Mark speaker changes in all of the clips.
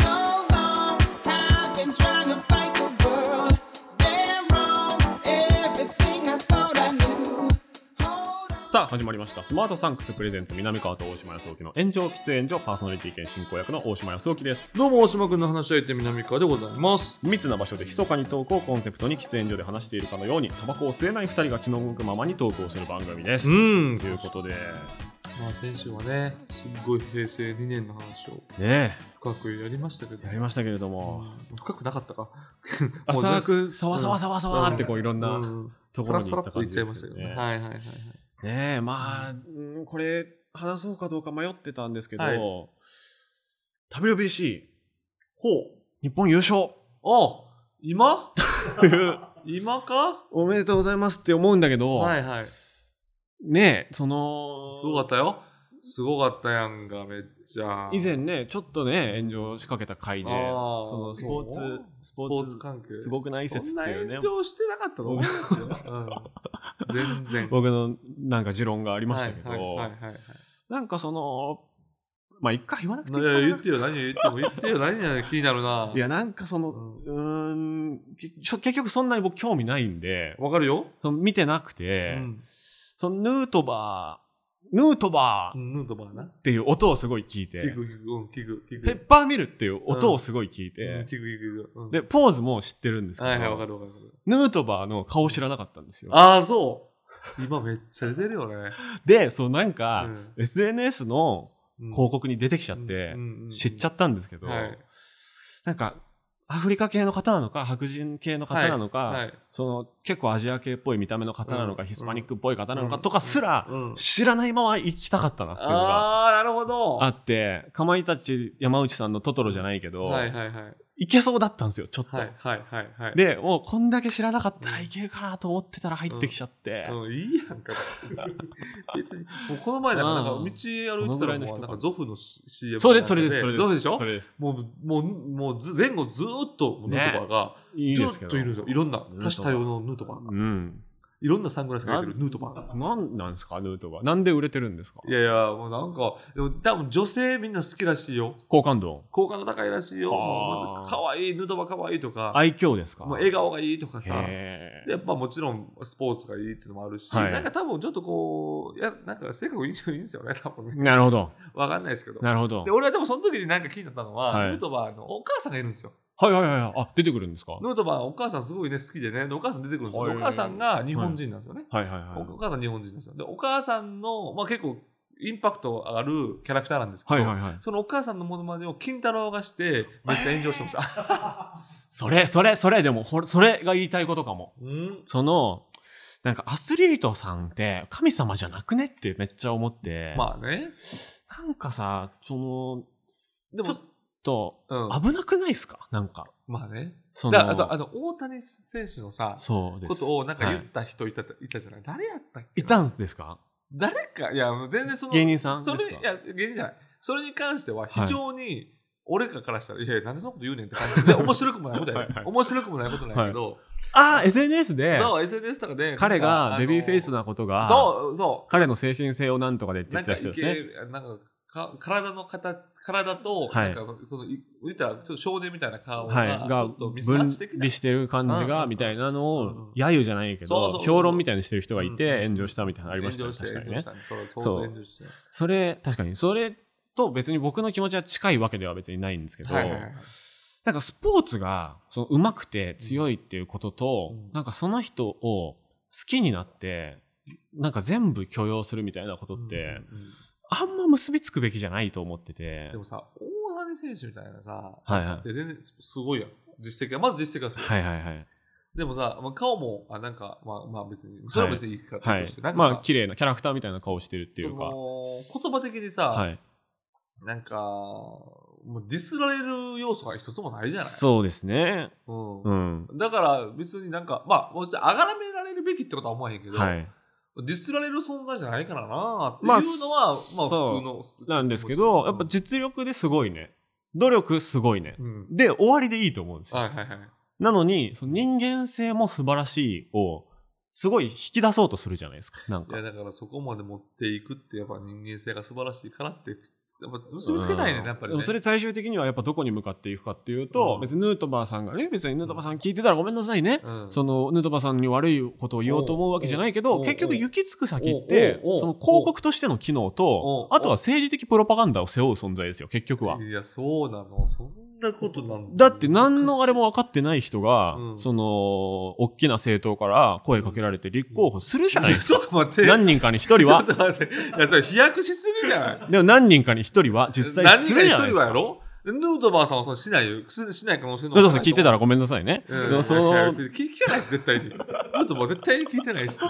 Speaker 1: So long, I've been trying to fight the world. Damn wrong, everything I thought I knew. Hold on.
Speaker 2: さあ、始まりました。スマートサンクスプレゼンツ、南川と大島康沖の炎上喫煙所、パーソナリティ兼進行役の大島康沖です。
Speaker 3: どうも、大島くんの話し相手、南川でございます。
Speaker 2: 密な場所で密かにトークをコンセプトに喫煙所で話しているかのように、タバコを吸えない2人が気の向くままにトークをする番組です。
Speaker 3: うん
Speaker 2: と。いうことで、
Speaker 3: まあ、先週はね、すっごい平成2年の話を
Speaker 2: ね
Speaker 3: 深くやりましたけど。
Speaker 2: え、やりましたけれども、
Speaker 3: うん深くなかったか。もう
Speaker 2: 浅
Speaker 3: 全
Speaker 2: く、さわさわさわさわってこういろん
Speaker 3: 然、
Speaker 2: な、
Speaker 3: うん
Speaker 2: とこ
Speaker 3: さ
Speaker 2: ろに
Speaker 3: らさ
Speaker 2: 行っ
Speaker 3: らったと
Speaker 2: 感
Speaker 3: 言っ
Speaker 2: じ
Speaker 3: ち
Speaker 2: で
Speaker 3: ゃい
Speaker 2: す
Speaker 3: ま
Speaker 2: け
Speaker 3: した
Speaker 2: ど
Speaker 3: け
Speaker 2: ね
Speaker 3: どね。はいはいはいはい。
Speaker 2: ねえ、まあ、うんこれ、話そうかどうか迷ってたんですけど、
Speaker 3: はい
Speaker 2: WBC、
Speaker 3: ほ
Speaker 2: 日本優勝
Speaker 3: う。あ、 今今か
Speaker 2: おめでとうございますって思うんだけど、
Speaker 3: はいはい。
Speaker 2: ねえ、その、
Speaker 3: すごかったよ。すごかったやんが、めっちゃ。
Speaker 2: 以前ね、ちょっとね、炎上しかけた回で、
Speaker 3: あー
Speaker 2: そのスポーツ、
Speaker 3: スポーツ関係。
Speaker 2: すごくない説っていうね
Speaker 3: そんな、炎上してなかったと思いますよ。うん全然。
Speaker 2: 僕のなんか持論がありましたけど、
Speaker 3: はいはいはいはい
Speaker 2: なんかその、まあ、一回言わなくていい
Speaker 3: い
Speaker 2: か
Speaker 3: や
Speaker 2: な。
Speaker 3: 言ってよ、何言っても言ってよ、何々気になるな。
Speaker 2: いや、なんかその、うーん、きちょ結局そんなに僕興味ないんで、
Speaker 3: わかるよ。
Speaker 2: その見てなく
Speaker 3: う
Speaker 2: て、
Speaker 3: ん。
Speaker 2: そのヌートバー、ヌートバーっ
Speaker 3: ヌートバーな。
Speaker 2: ていう音をすごい聞いて、
Speaker 3: 聞く聞く、うん、聞く、聞く。
Speaker 2: ペッパーミルっていう音をすごい聞い
Speaker 3: うん聞
Speaker 2: て
Speaker 3: く、、聞く、聞く。うん
Speaker 2: で、、ポーズも知ってるんですけど、
Speaker 3: はいはい、わかるわかるわかる。
Speaker 2: ヌートバーの顔知らなかったんですよ。
Speaker 3: ああ、そう。今めっちゃ出てるよね。
Speaker 2: で、そうなん
Speaker 3: う
Speaker 2: か、
Speaker 3: ん
Speaker 2: SNS の
Speaker 3: うん
Speaker 2: 広告に出てきちゃって、知っちゃったんですけど、
Speaker 3: はい
Speaker 2: なんか、アフリカ系の方なのか、白人系の方なのか、
Speaker 3: はい。
Speaker 2: その結構アジア系っぽい見た目の方なのか、
Speaker 3: うん
Speaker 2: ヒスパニックっぽい方なのか
Speaker 3: うん
Speaker 2: とかすら
Speaker 3: うん
Speaker 2: 知らないまま行きたかったなっていうのが
Speaker 3: ああ、なるほど。
Speaker 2: あって、かまいたち山内さんのトトロじゃないけど、
Speaker 3: はいはいはい。
Speaker 2: 行けそうだったんですよ、ちょっと。
Speaker 3: はいはいはいはい。
Speaker 2: で、もうこんだけ知らなかったら
Speaker 3: うん
Speaker 2: いけるかなと思ってたら入ってきちゃって、
Speaker 3: うん、いい やんか。別に。もうこの前なんか、なんか
Speaker 2: うん
Speaker 3: 道歩いてたらも
Speaker 2: このぐらいの
Speaker 3: う
Speaker 2: 人
Speaker 3: なんかゾフの CM。
Speaker 2: そうです、それです、それです。
Speaker 3: ゾフでしょ
Speaker 2: それです。
Speaker 3: もう、もう、もうず、前後ずーっとヌートバーが、
Speaker 2: いい
Speaker 3: ず
Speaker 2: ですけ
Speaker 3: ーっ
Speaker 2: ど。
Speaker 3: といるんですよ。いろんな
Speaker 2: ヌート、バー
Speaker 3: 多種多様のヌートバーが。
Speaker 2: うん。
Speaker 3: いろんなサングラスかけてる
Speaker 2: な
Speaker 3: ヌートバーが。
Speaker 2: なんなんですか、ヌートバー。なんで売れてるんですか
Speaker 3: いやいや、もうなんか、でも多分女性みんな好きらしいよ。
Speaker 2: 好感度。
Speaker 3: 好感度高いらしいよ。
Speaker 2: あー
Speaker 3: もうまず、かわいい、ヌートバーかわいいとか、
Speaker 2: 愛嬌ですか
Speaker 3: もう笑顔がいいとかさ。
Speaker 2: へー
Speaker 3: やっぱもちろんスポーツがいいっていうのもあるし、
Speaker 2: はい
Speaker 3: なんか多分ちょっとこう、いや、なんか性格いいいいんですよね、多分ね。
Speaker 2: なるほど。
Speaker 3: わかんないですけど。
Speaker 2: なるほど
Speaker 3: で、。俺はでもその時になんか気になったのは、
Speaker 2: はい
Speaker 3: ヌートバーのお母さんがいるんですよ。
Speaker 2: はいはいはいはい。あ、出てくるんですかは
Speaker 3: ヌートバーのお母さんすごいね、好きでね、でお母さん出てくるんですよ。
Speaker 2: はい
Speaker 3: お母さんが日本人なんですよね。
Speaker 2: いはいはい
Speaker 3: お。お母さん日本人なんですよ。で、お母さんの、まあ結構インパクトあるキャラクターなんですけど、
Speaker 2: はいはいはい。
Speaker 3: そのお母さんのものまねを金太郎がして、めっちゃ炎上してました。
Speaker 2: それ、それ、それ、でも、ほそれが言いたいことかも。
Speaker 3: うん。
Speaker 2: その、なんかアスリートさんって神様じゃなくねってめっちゃ思って、
Speaker 3: まあね。
Speaker 2: なんかさ、その、
Speaker 3: でも
Speaker 2: ちょ、と、
Speaker 3: うん。
Speaker 2: 危なくないですかなんか。
Speaker 3: まあね。
Speaker 2: そ
Speaker 3: だからあとあ
Speaker 2: の、
Speaker 3: の大谷選手のさ、
Speaker 2: そうで
Speaker 3: こ
Speaker 2: す。
Speaker 3: とをなんか言った人いた,、い、たじゃない誰やったっけ
Speaker 2: いたんですか
Speaker 3: 誰か、いや、全然その、
Speaker 2: 芸人さんです
Speaker 3: そ
Speaker 2: か
Speaker 3: れいや、芸人じゃない。それに関しては非常に、俺らからしたら、いやいや、なんでそんなこと言うねんって感 じで、面白くもないことやね
Speaker 2: はいはい
Speaker 3: 面白くもないことなんやけど、
Speaker 2: ああ、SNS で、
Speaker 3: そう、SNS とかで、
Speaker 2: 彼
Speaker 3: なんか
Speaker 2: が
Speaker 3: あの
Speaker 2: ベビーフェイスなことが、
Speaker 3: そう、そ
Speaker 2: 彼の精神性をなんとかでって
Speaker 3: う。
Speaker 2: 言
Speaker 3: な
Speaker 2: っ
Speaker 3: ん
Speaker 2: て
Speaker 3: か、
Speaker 2: た人ですね。
Speaker 3: いけなんかか体の形、体と、
Speaker 2: はい
Speaker 3: なんか、その、い言ったら、ちょっと少年みたいな顔が、
Speaker 2: はい、
Speaker 3: ち
Speaker 2: が
Speaker 3: ょっとミスマッ
Speaker 2: 分
Speaker 3: チ的な
Speaker 2: 離してる感じ
Speaker 3: うんうん
Speaker 2: が
Speaker 3: うん
Speaker 2: みたいなの
Speaker 3: うん
Speaker 2: を
Speaker 3: うん
Speaker 2: 揶揄じゃないけ
Speaker 3: そうそう
Speaker 2: ど
Speaker 3: そう
Speaker 2: 評論みたいにしてる人がい
Speaker 3: うん
Speaker 2: て
Speaker 3: うん
Speaker 2: 炎上したみたいなのありましたよ
Speaker 3: 炎上し
Speaker 2: 確
Speaker 3: て
Speaker 2: かにね
Speaker 3: 炎上したねそう、そう
Speaker 2: そう
Speaker 3: 炎上して。
Speaker 2: それ確かにそれと別に僕の気持ちは近いわけでは別にないんですけど、
Speaker 3: はいはいはい
Speaker 2: なんかスポーツがその上手くて強いっていうことと、
Speaker 3: うん
Speaker 2: なんかその人を好きになってなんか全部許容するみたいなことって、
Speaker 3: うんうんうん
Speaker 2: あんま結びつくべきじゃないと思ってて
Speaker 3: でもさ、大谷選手みたいなさ、
Speaker 2: はいはい
Speaker 3: で全然すすごいやん。実績が、まず実績がすごい。
Speaker 2: はいはいはい
Speaker 3: でもさ、まあ、顔も、あなんか、まあ、まあ別に、それは別にいいか
Speaker 2: は
Speaker 3: ら
Speaker 2: い
Speaker 3: として、なんか
Speaker 2: ま
Speaker 3: さ
Speaker 2: あ綺麗なキャラクターみたいな顔してるっていうか
Speaker 3: その言葉的にさ、
Speaker 2: はい
Speaker 3: なんか、もうディスられる要素が一つもないじゃない。
Speaker 2: そうですね
Speaker 3: うん
Speaker 2: うん
Speaker 3: だから別になんか、まあ、もちろんあがらめられるべきってことは思わへんけど、
Speaker 2: はい
Speaker 3: ディスられる存在じゃないからなっていう
Speaker 2: まあ
Speaker 3: のは、まあ、
Speaker 2: そう
Speaker 3: 普通の。
Speaker 2: なんですけど、やっぱ
Speaker 3: うん
Speaker 2: 実力ですごいね。努力すごいね。
Speaker 3: うん。
Speaker 2: で、終わりでいいと思うんですよ。
Speaker 3: はいはいはい。
Speaker 2: なのに、その人間性も素晴らしいを、すごい引き出そうとするじゃないですか。なん
Speaker 3: い
Speaker 2: か
Speaker 3: や。だからそこまで持っていくってやっぱ人間性が素晴らしいからってつやっぱ結びつけたいね
Speaker 2: うん
Speaker 3: やっぱり、ね、
Speaker 2: でもそれ最終的にはやっぱどこに向かっていくかっていうと、
Speaker 3: うん
Speaker 2: 別にヌートバーさんがね別にヌートバーさん聞いてたらごめんなさいね、
Speaker 3: うん
Speaker 2: そのヌートバーさんに悪いことを言おうと思うわけじゃないけ
Speaker 3: おう
Speaker 2: ど
Speaker 3: おう
Speaker 2: 結局行き着く先って
Speaker 3: おうおうおう
Speaker 2: その広告としての機能と
Speaker 3: おう
Speaker 2: あとは政治的プロパガンダを背負う存在ですよ結局はい
Speaker 3: やそうなのそんなことなの
Speaker 2: だって何のあれも分かってない人が、
Speaker 3: うん
Speaker 2: その大きな政党から声かけられて立候補するじゃないい
Speaker 3: や
Speaker 2: です
Speaker 3: ちょっと待って
Speaker 2: か何人かに一人
Speaker 3: ちょっ
Speaker 2: は
Speaker 3: と待っていやそれ飛躍しすぎじゃな い
Speaker 2: でも何人かに一人は実際
Speaker 3: 何
Speaker 2: す
Speaker 3: 人か
Speaker 2: る
Speaker 3: 一
Speaker 2: じゃないです
Speaker 3: 人は
Speaker 2: か
Speaker 3: やろヌートバーさんはそのしないよすしない可能性の
Speaker 2: ヌートバーさん聞いてた
Speaker 3: ら
Speaker 2: らごめんなさいね、
Speaker 3: うん、
Speaker 2: でもそ
Speaker 3: いや
Speaker 2: の
Speaker 3: 別に聞聞かないし絶対にヌートバー絶対に聞いてないし
Speaker 2: い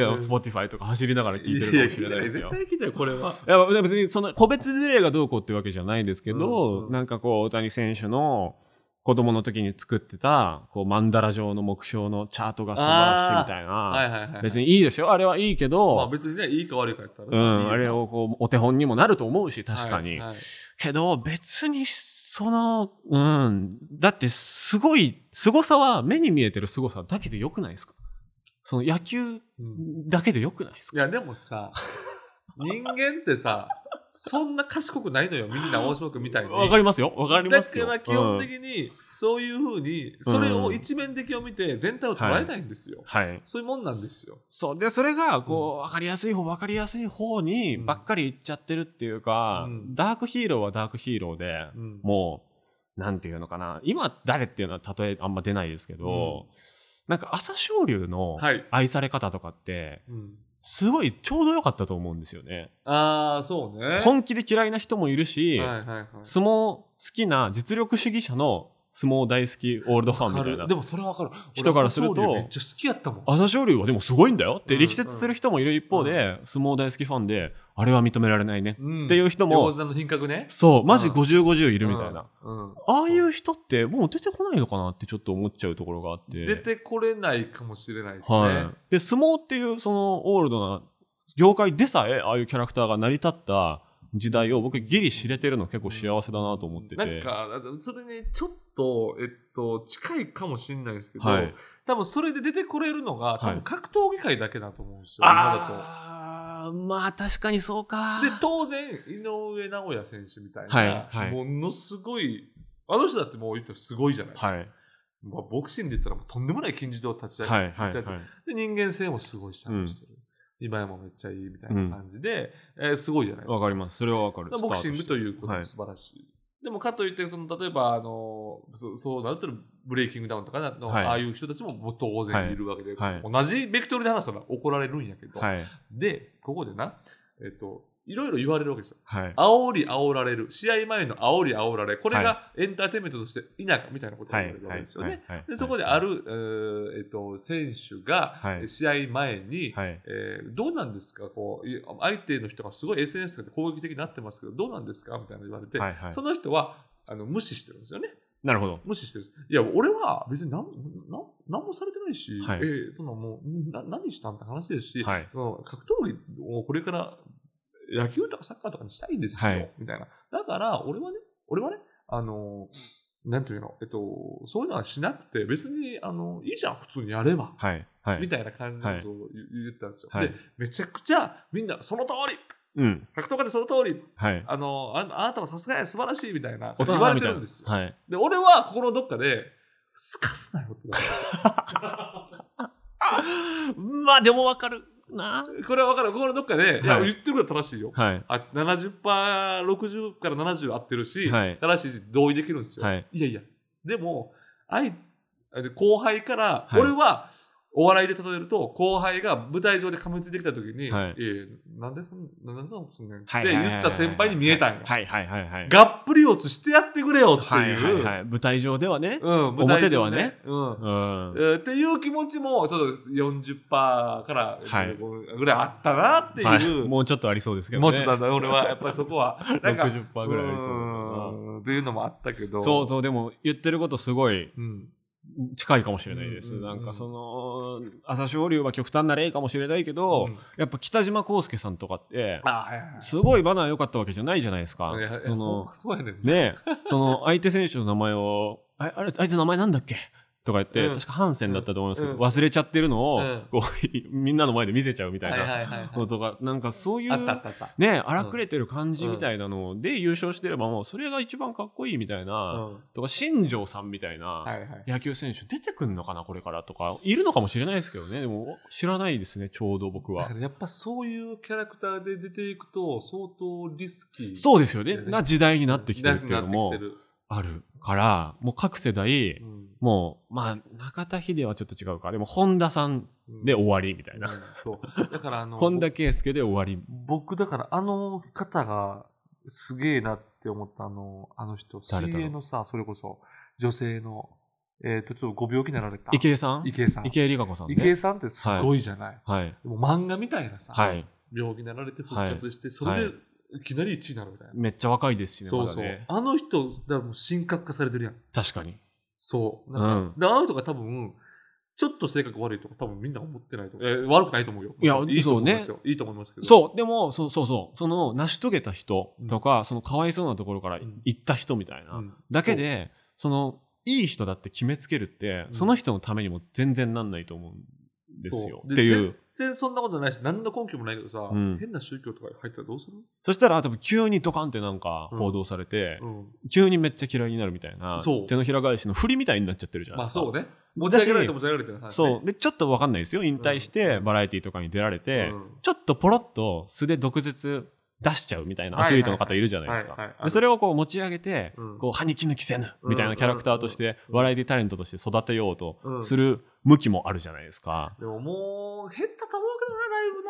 Speaker 2: や、
Speaker 3: うん
Speaker 2: Spotify とか走りながら聞いてるかもしれないですよ。
Speaker 3: や
Speaker 2: い
Speaker 3: や聞いてない絶対聞いてないこれは
Speaker 2: や、別にその個別事例がどうこうってわけじゃないですけど、
Speaker 3: うんうん
Speaker 2: なんかこう、大谷選手の子供の時に作ってた、こう、マンダラ状の目標のチャートが素晴らしいみたいな。
Speaker 3: はいはいはい
Speaker 2: 別
Speaker 3: に
Speaker 2: にいいですよ。あれはいいけど、
Speaker 3: まあ別にねいいか悪いかやったら
Speaker 2: うん、あれをこう、お手本にもなると思うし、確かに。
Speaker 3: はいはい
Speaker 2: けど、別に、その、うん、だって、すごい、凄さは、目に見えてる凄さだけでよくないですかその野球
Speaker 3: うん
Speaker 2: だけでよくないですか
Speaker 3: いや、でも さ、人間ってさ、そんな賢くないのよ、みんな大島君みたいに。
Speaker 2: わかりますよ。わかりますよ。
Speaker 3: だから基本的に、そういうふうに、それを一面的を見て、全体を捉えないんですよ。
Speaker 2: うんはい。
Speaker 3: そういうもんなんですよ。
Speaker 2: そう。で、それが、こう、わかりやすい方、わかりやすい方に
Speaker 3: うん
Speaker 2: ばっかりいっちゃってるっていうか、
Speaker 3: うん
Speaker 2: ダークヒーローはダークヒーローで、
Speaker 3: うん
Speaker 2: もう、なんていうのかな。今、誰っていうのは例えあんま出ないですけど、なんか、朝青龍の
Speaker 3: はい
Speaker 2: 愛され方とかって、
Speaker 3: うん
Speaker 2: すごいちょうど良かったと思うんですよね。
Speaker 3: ああ、そうね。
Speaker 2: 本気で嫌いな人もいるし、
Speaker 3: はいはいはい。
Speaker 2: 相撲好きな実力主義者の相撲大好きオールドファンみたい
Speaker 3: わか
Speaker 2: な
Speaker 3: るで。もそれはわかる。
Speaker 2: 人からすると
Speaker 3: 俺朝青龍めっちゃ好きやったもん。
Speaker 2: 朝青龍はでもすごいんだよって
Speaker 3: うん
Speaker 2: 力説する人もいる一方で、相撲大好きファンで、あれは認められないね。
Speaker 3: うん
Speaker 2: っていう人も
Speaker 3: 横綱の品格ね。
Speaker 2: そう、マジ
Speaker 3: うん
Speaker 2: 50、50いるみたいな。
Speaker 3: うん。うん
Speaker 2: ああいう人ってもう出てこないのかなってちょっと思っちゃうところがあって。
Speaker 3: 出てこれないかもしれないですね。
Speaker 2: はい。で、相撲っていうそのオールドな業界でさえ、ああいうキャラクターが成り立った時代を僕ギリ知れてるの結構幸せだなと思ってて。
Speaker 3: なんか、それね、ちょっと、えっと、近いかもしれないですけど、
Speaker 2: はい
Speaker 3: 多分それで出てこれるのが、多
Speaker 2: は
Speaker 3: 分
Speaker 2: い
Speaker 3: 格闘技界だけだと思うんですよ、今だ
Speaker 2: あーまあ確かにそうか
Speaker 3: と。で、当然、井上尚弥選手みたいな、
Speaker 2: はいはい
Speaker 3: ものすごい、あの人だってもう言ったらすごいじゃないですか。
Speaker 2: はい。
Speaker 3: まあ、ボクシングで言ったらもうとんでもない金字塔立ち上げ、
Speaker 2: はい。はい。
Speaker 3: 立ち上
Speaker 2: は
Speaker 3: げ
Speaker 2: い
Speaker 3: で人間性もすごいしちゃんとしてる。今やもめっちゃいいみたいな感じで、えーすごいじゃないです
Speaker 2: わ
Speaker 3: か
Speaker 2: か。ります。それはわかる。
Speaker 3: だからボクシングということ
Speaker 2: は
Speaker 3: も
Speaker 2: い
Speaker 3: 素晴らしい。でもかといってその、例えばあのそ、そうなるとブレイキングダウンとかなの、
Speaker 2: はい
Speaker 3: ああいう人たちももう当然いるわけで、
Speaker 2: はい
Speaker 3: 同じベクトルで話したら怒られるんやけど、
Speaker 2: はい。
Speaker 3: で、ここでな、えっと、いろいろ言われるわけですよ。
Speaker 2: はい。
Speaker 3: 煽り煽られる、試合前の煽り煽られ、これ
Speaker 2: は
Speaker 3: がエンターテインメントとして否かみたいなことが言われるわけですよね。
Speaker 2: はいはい
Speaker 3: でそこである、えーえっと選手が
Speaker 2: はい
Speaker 3: 試合前に、
Speaker 2: はい
Speaker 3: えーどうなんですかこうい相手の人がすごい SNS とかで攻撃的になってますけどどうなんですかみたいなの言われて、
Speaker 2: はいはい
Speaker 3: その人はあの無視してるんですよね
Speaker 2: なるほど。
Speaker 3: 無視してるんですいや俺は別に何何何もされてないし、
Speaker 2: はい
Speaker 3: えーそのもうな何したんって話ですし、
Speaker 2: はい
Speaker 3: その格闘技をこれから野球とかサッカーとかにしたいんですよ、
Speaker 2: はい
Speaker 3: みたいなだから俺はね俺はねあのなんていうの、えっと、そういうのはしなくて別にあのいいじゃん普通にやれば、
Speaker 2: はい。は
Speaker 3: み
Speaker 2: い。
Speaker 3: たいな感じのことを言言ったんですよ、
Speaker 2: はい
Speaker 3: でめちゃくちゃみんなその通り
Speaker 2: うん。
Speaker 3: 格闘家でその通り
Speaker 2: はい。
Speaker 3: あのああなたはさすがに素晴らしいみたいな
Speaker 2: 大人
Speaker 3: 言
Speaker 2: だ
Speaker 3: わ
Speaker 2: み
Speaker 3: れ
Speaker 2: た
Speaker 3: て
Speaker 2: い
Speaker 3: る
Speaker 2: なん
Speaker 3: ですよ、
Speaker 2: はい。
Speaker 3: で俺は心のどっかですかすなよって言われ
Speaker 2: まあでもわかるな。
Speaker 3: てこれは分かる心のどっかで、い、
Speaker 2: は
Speaker 3: や
Speaker 2: い
Speaker 3: 言ってることは正しいよ、
Speaker 2: はい。
Speaker 3: あ70%、60から70合ってるし、
Speaker 2: はい
Speaker 3: 正しいし同意できるんですよ。
Speaker 2: はい
Speaker 3: やいや、でも、あいあの後輩から、
Speaker 2: はい
Speaker 3: 俺はお笑いで例えると、後輩が舞台上で噛みついてきたときに、
Speaker 2: はい
Speaker 3: ええなんでそんなんでそんなことすんねんって言った先輩に見えたんよ。
Speaker 2: はいはいはいはい。
Speaker 3: がっぷり四つしてやってくれよって、
Speaker 2: はいいうはいはい。舞台上ではね。
Speaker 3: うん、舞
Speaker 2: 表
Speaker 3: 台上
Speaker 2: ではね。
Speaker 3: う
Speaker 2: う
Speaker 3: ん
Speaker 2: ん
Speaker 3: え。ーっていう気持ちもちょっと40%から
Speaker 2: はい
Speaker 3: ぐらいあったなっていう、
Speaker 2: はいもうちょっとありそうですけどね。
Speaker 3: もうちょっとだな俺はやっぱりそこはなんか
Speaker 2: 60%ぐらいありそうだな
Speaker 3: ーんっていうのもあったけど
Speaker 2: そうそう、でも言ってることすごい
Speaker 3: うん
Speaker 2: 近いかもしれないです。
Speaker 3: うんうんうん
Speaker 2: なんかその、朝青龍は極端な例かもしれないけど、
Speaker 3: うん
Speaker 2: やっぱ北島康介さんとかって、
Speaker 3: あはいはい
Speaker 2: すごいバナー良かったわけじゃないじゃないですか
Speaker 3: はいいや。いや。
Speaker 2: そ
Speaker 3: ほん
Speaker 2: の
Speaker 3: ま、そうやねんね。
Speaker 2: ねえ、その相手選手の名前を、ああれ、あいつ名前なんだっけとか言って、
Speaker 3: うん
Speaker 2: 確かハンセンだったと思いますけど、
Speaker 3: うん
Speaker 2: 忘れちゃってるのを、
Speaker 3: うん
Speaker 2: こうみんなの前で見せちゃうみたい
Speaker 3: はいはい
Speaker 2: な
Speaker 3: はいはい。
Speaker 2: のとか、なんかそうい
Speaker 3: あったあ
Speaker 2: う
Speaker 3: っ、たあった。
Speaker 2: ねえ、荒くれてる感じみたいなので優勝してればもう、それが一番かっこいいみたいうな、
Speaker 3: ん。
Speaker 2: とか、新庄さんみたい
Speaker 3: はい
Speaker 2: な、
Speaker 3: はい。
Speaker 2: 野球選手出てくんのかな、これからとか、いるのかもしれないですけどね、でも知らないですね、ちょうど僕
Speaker 3: だ
Speaker 2: は
Speaker 3: か。らやっぱそういうキャラクターで出ていくと相当リスキー。
Speaker 2: そうですよね。
Speaker 3: ね
Speaker 2: な時代になってきてるっ
Speaker 3: な
Speaker 2: ていうのも
Speaker 3: なってきてる
Speaker 2: あるから、もう各世代
Speaker 3: う、ん
Speaker 2: もう、まあ、中田秀はちょっと違うか。でも、本田さん
Speaker 3: うん
Speaker 2: で終わりみたい
Speaker 3: うん
Speaker 2: な。
Speaker 3: そう。だからあの、
Speaker 2: 本田圭佑で終わり。
Speaker 3: 僕、だからあの方がすげえなって思ったあの、あの人、
Speaker 2: 誰だろう
Speaker 3: 水泳のさ、それこそ、女性の、えっ、と、ちょっとご病気になられた。
Speaker 2: 池江さん
Speaker 3: 池江さん。
Speaker 2: 池江璃花子さん
Speaker 3: 池江
Speaker 2: ね。
Speaker 3: さんってすごいじゃない。
Speaker 2: はい。
Speaker 3: もう漫画みたいなさ、
Speaker 2: はい。
Speaker 3: 病気になられて復活して、それでいきなり1位になるみたいな。
Speaker 2: めっちゃ若いですしね、
Speaker 3: そう
Speaker 2: ま
Speaker 3: そ
Speaker 2: だ
Speaker 3: う。
Speaker 2: ね。
Speaker 3: あの人、だからもう神格化されてるやん。
Speaker 2: 確かに。
Speaker 3: そう。なんか、であの人が多分、ちょっと性格悪いとか多分みんな思ってないと思う。えー悪くないと思うよ。
Speaker 2: いや
Speaker 3: いいと思います
Speaker 2: そ
Speaker 3: よ。いいと思いますけど。
Speaker 2: そう、でも、そうそうそう。その、成し遂げた人とか、その、かわいそうなところから
Speaker 3: うん
Speaker 2: 行った人みたいな。
Speaker 3: うん
Speaker 2: だけで、その、いい人だって決めつけるって、
Speaker 3: うん
Speaker 2: その人のためにも全然なんないと思うんですよ
Speaker 3: そ。
Speaker 2: っていう
Speaker 3: 全。然そんなことないし、何の根拠もないけどさ、
Speaker 2: うん
Speaker 3: 変な宗教とか入ったらどうする、
Speaker 2: そしたら、多分急にドカンってなんか報道されて、
Speaker 3: うん、
Speaker 2: 急にめっちゃ嫌いになるみたいな、
Speaker 3: そう
Speaker 2: 手のひら返しの振りみたいになっちゃってるじゃない
Speaker 3: まあ
Speaker 2: ですか。
Speaker 3: そうね。持ち上げられて持ち上げられてな話ね
Speaker 2: そう。で、ちょっとわかんないですよ。引退して、バラエティとかに出られ
Speaker 3: うん。
Speaker 2: て、ちょっとポロッと素で毒舌出しちゃうみたいなアスリートの方いるじゃないです
Speaker 3: はいはいはい
Speaker 2: か
Speaker 3: はい。はい
Speaker 2: でそれをこう持ち上げて、
Speaker 3: うん
Speaker 2: こう、歯にき抜きせぬみたいなキャラクターとして、
Speaker 3: うん
Speaker 2: バラエティタレントとして育てよう
Speaker 3: う
Speaker 2: と
Speaker 3: ん
Speaker 2: する向きもあるじゃないですか。
Speaker 3: でももう、減ったと思うけ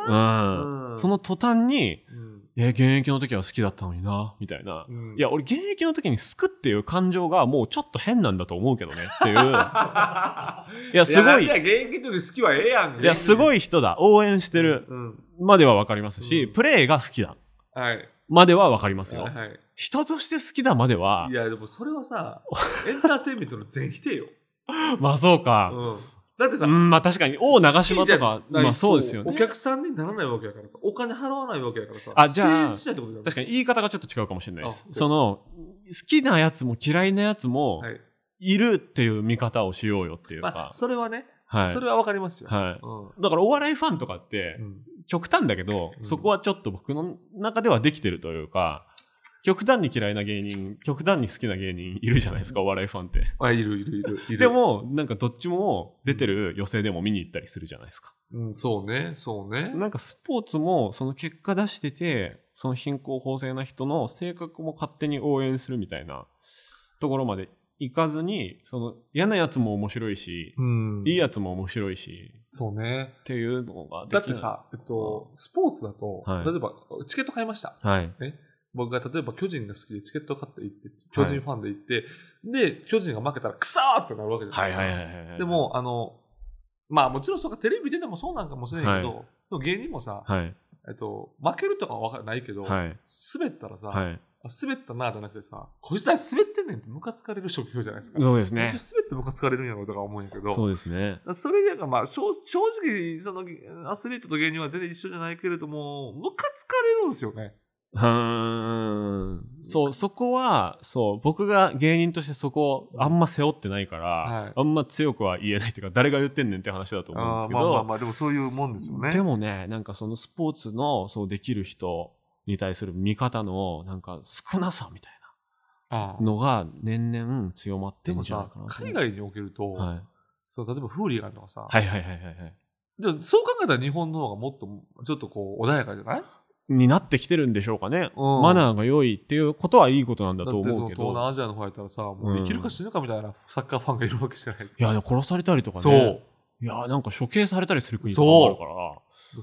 Speaker 3: ど
Speaker 2: う
Speaker 3: な、だい
Speaker 2: ん。
Speaker 3: うん
Speaker 2: その途端に、
Speaker 3: ぶな。うん
Speaker 2: え、現役の時は好きだったのにな、みたいな。
Speaker 3: うん
Speaker 2: い や、俺現役の時に好くっていう感情がもうちょっと変なんだと思うけどねっていう。いや、すごい
Speaker 3: いや、。現役の時好きはええやん。
Speaker 2: いや、す
Speaker 3: い。
Speaker 2: ごい人だ。応援してる
Speaker 3: うん。
Speaker 2: まではわかりますし、
Speaker 3: うん
Speaker 2: プレーが好きだ
Speaker 3: はい。
Speaker 2: まではわかりますよ。
Speaker 3: はい。、
Speaker 2: 人として好きだまではい
Speaker 3: や、でもそれはさ、エンターテインメントの全否定よ。
Speaker 2: まあそうか。
Speaker 3: うん。だって
Speaker 2: う
Speaker 3: さ、
Speaker 2: ん、まあ確かに、王長島
Speaker 3: 好きじ
Speaker 2: と
Speaker 3: ゃ
Speaker 2: か、
Speaker 3: ない
Speaker 2: まあそうですよ
Speaker 3: お
Speaker 2: ね。
Speaker 3: 客さんにならないわけやからさ、お金払わないわけやからさ、
Speaker 2: あじゃあ
Speaker 3: 成立しないってことだよね
Speaker 2: 確かに言い方がちょっと違うかもしれないです。
Speaker 3: あ
Speaker 2: その、好きなやつも嫌いなやつも
Speaker 3: は、い。
Speaker 2: いるっていう見方をしようよっていう
Speaker 3: ま
Speaker 2: か
Speaker 3: あ、。それはね、
Speaker 2: はい。
Speaker 3: それはわかりますよ。
Speaker 2: は
Speaker 3: うん
Speaker 2: い。だからお笑いファンとかって、極端だけど、
Speaker 3: うん
Speaker 2: そこはちょっと僕の中ではできてるというか、極端に嫌いな芸人、極端に好きな芸人いるじゃないですか、お笑いファンって。
Speaker 3: あ、いるいるいるいる。
Speaker 2: で、も、なんかどっちも出てる予選でも見に行ったりするじゃないですか。
Speaker 3: うん、そうね、そうね。
Speaker 2: なんかスポーツもその結果出してて、その貧困法制な人の性格も勝手に応援するみたいなところまで行かずに、その嫌なやつも面白いし、
Speaker 3: うん。
Speaker 2: いいやつも面白いし、
Speaker 3: そうね。
Speaker 2: っていうのができな
Speaker 3: だ
Speaker 2: い
Speaker 3: って、さ、えっと、スポーツだと、
Speaker 2: はい
Speaker 3: 例えば、チケット買いました。
Speaker 2: はい。
Speaker 3: 僕が例えば巨人が好きでチケット買って行って、巨人ファンで行って、で、巨人が負けたら、くそーってなるわけじゃない
Speaker 2: はい
Speaker 3: ですか。
Speaker 2: はいはいはい。
Speaker 3: で、も、あの、まあもちろんそうか、テレビででもそうなんかもしれないけど、でも芸人もさ、
Speaker 2: はい。
Speaker 3: えっと、負けるとかはわからないけど、
Speaker 2: はい。
Speaker 3: 滑ったらさ、
Speaker 2: はい。
Speaker 3: あ滑ったなじゃなくてさ、こいつら滑ってんねんってムカつかれる職業じゃないですか。
Speaker 2: そうです
Speaker 3: 本当
Speaker 2: ね
Speaker 3: に。滑ってムカつかれるんやろうとか思うんやけど、
Speaker 2: そうですね。
Speaker 3: だからそれがまあ正正直そのアスリートと芸人は全然一緒じゃないけれどもムカつかれるんですよね。
Speaker 2: うーん。そう、そこは、そう、僕が芸人としてそこをあんま背負ってないから、
Speaker 3: はい
Speaker 2: あんま強くは言えないっていうか、誰が言ってんねんって話だと思うんです
Speaker 3: あー
Speaker 2: け
Speaker 3: ま
Speaker 2: ど、
Speaker 3: あまあまあでもそういうもんですよね。
Speaker 2: でもね、なんかそのスポーツの、そうできる人に対する見方の、なんか少なさみたい
Speaker 3: あ
Speaker 2: な
Speaker 3: ー
Speaker 2: のが年々強まって
Speaker 3: で
Speaker 2: るん
Speaker 3: も
Speaker 2: じゃない
Speaker 3: さ
Speaker 2: かな。
Speaker 3: 海外におけると、
Speaker 2: はい。
Speaker 3: その例えばフーリーガンとかさ、
Speaker 2: はいはいはいはいはい。
Speaker 3: じゃあそう考えたら日本の方がもっとちょっとこう穏やかじゃない
Speaker 2: になってきてるんでしょうかね。
Speaker 3: うん
Speaker 2: マナーが良いっていうことはいいことなんだ
Speaker 3: だ
Speaker 2: と
Speaker 3: ってそ
Speaker 2: 思
Speaker 3: の
Speaker 2: うけ
Speaker 3: 東南
Speaker 2: ど。
Speaker 3: アジアの方やったらさ、もう生きるか死ぬかみたいなサッカーファンがいるわけじゃないです
Speaker 2: い
Speaker 3: か。
Speaker 2: や、でも殺されたりとかね。
Speaker 3: そう。
Speaker 2: いや、なんか処刑されたりする国とかもあるから。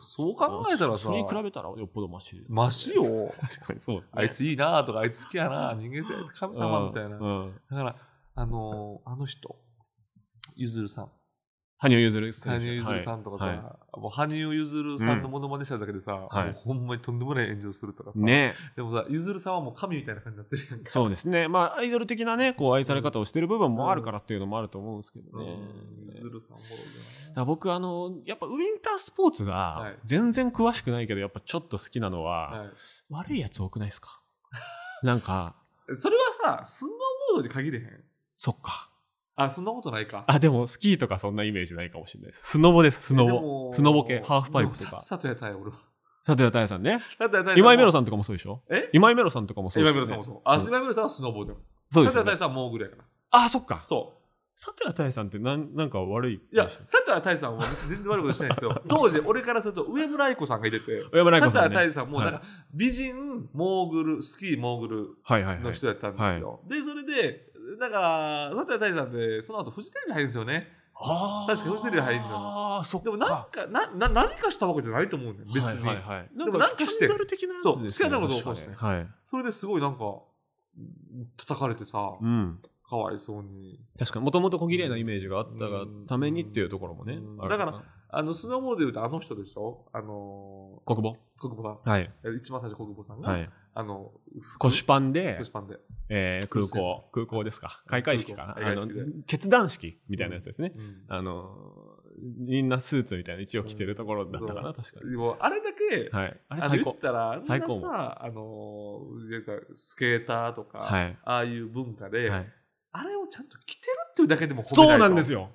Speaker 3: そう考えたらさ、
Speaker 2: それに比べたらよっぽどマシです、
Speaker 3: マシ。よ。
Speaker 2: 確かにそうですね。
Speaker 3: あいついいなとか、あいつ好きやな人間って神様みたい
Speaker 2: う
Speaker 3: な。
Speaker 2: ん。
Speaker 3: だから、あのーあの人、ゆずるさん。
Speaker 2: 羽生結弦選手
Speaker 3: 羽生結弦さんとかさ、
Speaker 2: はい
Speaker 3: もう羽生結弦さんのモノマネしただけでさ、
Speaker 2: はい
Speaker 3: もうほんまにとんでもない炎上するとかさ、
Speaker 2: ね
Speaker 3: でもさ、結弦さんはもう神みたいな感じになってるやんか。
Speaker 2: そうですねまあアイドル的なねこう愛され方をしてる部分もあるからっていうのもあると思うんですけど
Speaker 3: う
Speaker 2: ね、
Speaker 3: ん
Speaker 2: だ
Speaker 3: 結
Speaker 2: か
Speaker 3: 弦さんおもろいよ
Speaker 2: ら僕あのやっぱウィンタースポーツ
Speaker 3: は
Speaker 2: が
Speaker 3: い
Speaker 2: 全然詳しくないけどやっぱちょっと好きなのは、
Speaker 3: な。はい
Speaker 2: 悪いやつ多くないです かなんか
Speaker 3: それはさ、スノーボードに限れへん。
Speaker 2: そっか
Speaker 3: あ、そんなことないか。
Speaker 2: あでもスキーとかそんなイメージないかもしれないですスノボですスノ
Speaker 3: で
Speaker 2: ボ
Speaker 3: も
Speaker 2: スノボ系ハーフパイプと
Speaker 3: でも
Speaker 2: か
Speaker 3: さ佐藤やたい、俺は。
Speaker 2: 佐藤谷さんね
Speaker 3: 佐藤やたい
Speaker 2: 今井メロ
Speaker 3: さ
Speaker 2: さんとかもそうでしょ
Speaker 3: え
Speaker 2: 今井メロさんとかもそう
Speaker 3: 今
Speaker 2: で
Speaker 3: 井
Speaker 2: す
Speaker 3: メ
Speaker 2: よね
Speaker 3: ロさんもそう。あ、
Speaker 2: そう
Speaker 3: 今井メロさんはスノーボード。
Speaker 2: そうですよ
Speaker 3: 佐藤
Speaker 2: ね
Speaker 3: やたいさんはモーグルやから。
Speaker 2: あそっか
Speaker 3: そう。
Speaker 2: 佐藤谷さんってなんなんか悪い
Speaker 3: いや、佐藤大さんは全然悪いことしてないですけど、当時、俺からすると上村愛子さんがいてて、
Speaker 2: 小山
Speaker 3: 佐
Speaker 2: ライコ
Speaker 3: 藤
Speaker 2: さん、ね、
Speaker 3: 大さんもなんか美人、モーグル、スキー、モーグ
Speaker 2: はいはい
Speaker 3: ル
Speaker 2: は
Speaker 3: の
Speaker 2: い
Speaker 3: 人やったんですよ。で、それで、なんか、佐藤大さんって、その後フジテレビ入るんですよね。
Speaker 2: あー
Speaker 3: 確かフジテレビ入るんだよ
Speaker 2: あーそっか
Speaker 3: でもなんか、なな何かしたわけじゃないと思うんだよ、別に。
Speaker 2: はいはいはい、
Speaker 3: でもなんかして
Speaker 2: スキャンダル的なやつです
Speaker 3: そ
Speaker 2: ね
Speaker 3: うスキャンダルのことを
Speaker 2: 確か
Speaker 3: 起こ
Speaker 2: に
Speaker 3: し
Speaker 2: はい、
Speaker 3: それですごいなんか、叩かれてさ、
Speaker 2: うん、
Speaker 3: かわいそうに。
Speaker 2: 確かにもともと小綺麗なイメージがあったがためにっていうところもね、
Speaker 3: うん
Speaker 2: ある
Speaker 3: だあの、スノーボードで言うとあの人でしょあの
Speaker 2: 国母
Speaker 3: ー、国母
Speaker 2: はい
Speaker 3: さん。一番最初国母さんが、
Speaker 2: はい
Speaker 3: あの、
Speaker 2: 腰パンで
Speaker 3: コシパンで。
Speaker 2: えー空港、空港ですか、開会式かな、
Speaker 3: 空
Speaker 2: あ
Speaker 3: 港
Speaker 2: の
Speaker 3: 開会式で
Speaker 2: 決断式みたいなやつですね、
Speaker 3: うん
Speaker 2: あのみんなスーツみたいな一応着てるところだったかな、
Speaker 3: うん
Speaker 2: 確か
Speaker 3: でもあれだけ、
Speaker 2: に、はい、あれ
Speaker 3: あの
Speaker 2: 最
Speaker 3: 言
Speaker 2: 高
Speaker 3: ったら、あんな
Speaker 2: 最高
Speaker 3: さ、あのー、なんかスケーターとか、
Speaker 2: はい、
Speaker 3: ああいう文化で、
Speaker 2: はい、
Speaker 3: あれをちゃんと着てるっていうだけでも褒め
Speaker 2: そうなんです
Speaker 3: よ。
Speaker 2: よ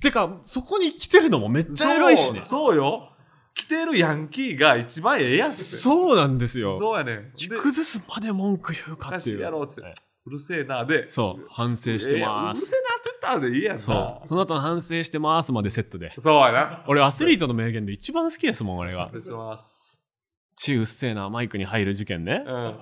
Speaker 2: てかそこに来てるのもめっちゃ偉いしね
Speaker 3: そうそうよ。着てるヤンキーが一番ええやんって。
Speaker 2: そうなんですよ
Speaker 3: そうやねん。
Speaker 2: 着
Speaker 3: で
Speaker 2: 崩すまで文句言うかってい
Speaker 3: おかしいうやろっつって
Speaker 2: はいう
Speaker 3: るせえな、で。
Speaker 2: そう反
Speaker 3: ええやん。
Speaker 2: 省してま
Speaker 3: うる
Speaker 2: す
Speaker 3: せえなって言ったらでいいやんな。
Speaker 2: そうその後の反省してますまでセットで
Speaker 3: そうやな。
Speaker 2: 俺アスリートの名言で一番好きですもん俺が
Speaker 3: お願いします。
Speaker 2: 「チうっせえなマイクに入る事件ね
Speaker 3: う」ん。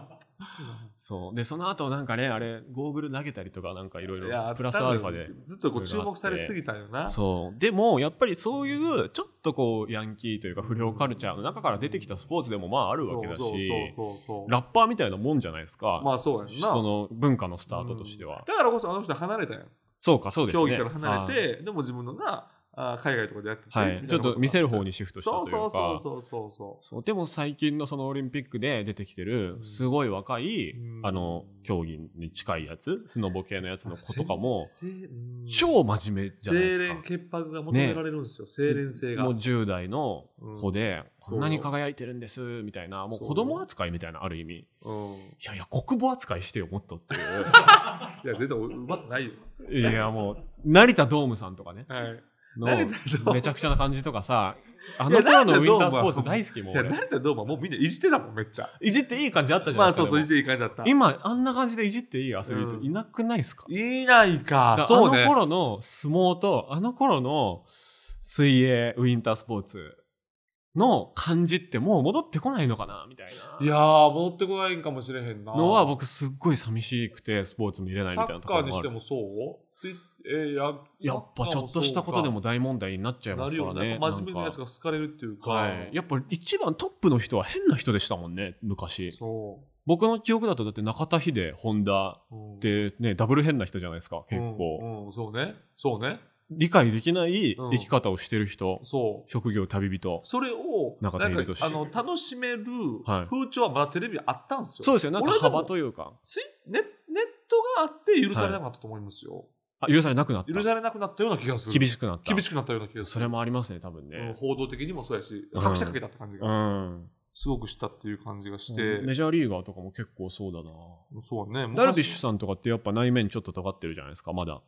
Speaker 2: そうでその後なんかねあれゴーグル投げたりとかなんかいろい
Speaker 3: いや
Speaker 2: ろプラスアルファで
Speaker 3: 多分ずっとこう注目されすぎたよな。
Speaker 2: そうでもやっぱりそういうちょっとこうヤンキーというか不良カルチャーの中から出てきたスポーツでもまああるわけだし
Speaker 3: そうそうそうそう
Speaker 2: ラッパーみたいなもんじゃないですか、
Speaker 3: まあそうやんな。
Speaker 2: その文化のスタートとしては、
Speaker 3: だからこそあの人離れたやん。
Speaker 2: そうかそうですね
Speaker 3: 競技から離
Speaker 2: て
Speaker 3: れて、でも自分のがあー海外とかでやってて、
Speaker 2: はい
Speaker 3: み
Speaker 2: ち
Speaker 3: た
Speaker 2: ょ
Speaker 3: い
Speaker 2: っ
Speaker 3: な
Speaker 2: と見せる方
Speaker 3: に
Speaker 2: にシフトしたとい
Speaker 3: そう
Speaker 2: か
Speaker 3: うそうそうそうそうそ
Speaker 2: そうでも最近のそのオリンピックで出てきてる
Speaker 3: うん
Speaker 2: すごい若い、
Speaker 3: うん
Speaker 2: あの競技に近いやつスノボ系のやつ
Speaker 3: う。
Speaker 2: の子とかも
Speaker 3: せうん
Speaker 2: 超真面目じゃないです
Speaker 3: 清
Speaker 2: か
Speaker 3: 廉潔白が求められるんですよ、清廉性が。
Speaker 2: もう10代の子で、
Speaker 3: うん
Speaker 2: こんなに輝いてるんですみたいなもう
Speaker 3: そう
Speaker 2: 子供扱いみたいなある意味い
Speaker 3: うんい
Speaker 2: やいや国母扱いしてよもっとっていう。
Speaker 3: や、絶対うまく ないよ。
Speaker 2: いやもう成田ドームさんとかね
Speaker 3: はい。成田ドー
Speaker 2: の
Speaker 3: ム
Speaker 2: めちゃくちゃな感じとか さあ
Speaker 3: い
Speaker 2: の
Speaker 3: や
Speaker 2: 頃
Speaker 3: 成田ド
Speaker 2: の
Speaker 3: ー
Speaker 2: ウ
Speaker 3: ムは
Speaker 2: ィンタースポーツ大好きも
Speaker 3: いうや、
Speaker 2: 俺
Speaker 3: 成田どうも、もうみんないじってたもん、めっちゃ。
Speaker 2: いじっていい感じあったじゃな
Speaker 3: ま
Speaker 2: い
Speaker 3: あ
Speaker 2: ですか
Speaker 3: そうそう、い
Speaker 2: でも
Speaker 3: じっていい感じだった。
Speaker 2: 今あんな感じでいじっていいアスリートいなくないですか,、
Speaker 3: いないか。そう
Speaker 2: あの
Speaker 3: ね。
Speaker 2: 頃の相撲とあの頃の水泳ウィンタースポーツの感じってもう戻ってこないのかなみたい
Speaker 3: い
Speaker 2: な
Speaker 3: やー、戻ってこないんかもしれへんな。
Speaker 2: のは僕すっごい寂しくてスポーツ見れないみたいなところ
Speaker 3: サッカーに
Speaker 2: もあ
Speaker 3: して
Speaker 2: る
Speaker 3: もそうツイえーや
Speaker 2: やっぱちょっとしたことでも大問題になっちゃい
Speaker 3: な
Speaker 2: ます
Speaker 3: る
Speaker 2: か
Speaker 3: よ
Speaker 2: ら
Speaker 3: ね。
Speaker 2: ね
Speaker 3: やっぱ真面目なやつが好かれるっていうか。
Speaker 2: はい、やっぱ一番トップの人は変な人でしたもんね昔
Speaker 3: そ
Speaker 2: 僕の記憶だとだって中田秀本田
Speaker 3: う。うん
Speaker 2: ってねダブル変な人じゃないですか結構、
Speaker 3: うんうんそうね。そうね。
Speaker 2: 理解できない
Speaker 3: うん
Speaker 2: 生き方をしてる人、
Speaker 3: そう。
Speaker 2: 職業旅人
Speaker 3: それを、
Speaker 2: 中田英寿
Speaker 3: あの、楽しめる
Speaker 2: はい
Speaker 3: 風潮はまだテレビあったんですよ。
Speaker 2: そうですよなんか
Speaker 3: 俺でも
Speaker 2: 幅というか
Speaker 3: ついネネットがあって許されなかったと思いますよ。
Speaker 2: あ許されなくなっ
Speaker 3: 許
Speaker 2: た
Speaker 3: されなくなったような気がする。
Speaker 2: 厳
Speaker 3: し
Speaker 2: しくなった
Speaker 3: 厳しくなったような気がする。
Speaker 2: それもありますね多分
Speaker 3: うん
Speaker 2: ね
Speaker 3: 報道的にもそうやし、
Speaker 2: うん
Speaker 3: 拍車かけたって感じ
Speaker 2: う
Speaker 3: が、
Speaker 2: ん、
Speaker 3: すごくしたっていう感じがして、
Speaker 2: メジャーリーガーとかも結構そうだな
Speaker 3: そうね。
Speaker 2: ダルビッシュ
Speaker 3: ん。
Speaker 2: さんとかってやっぱ内面ちょっと尖ってるじゃないですかまだ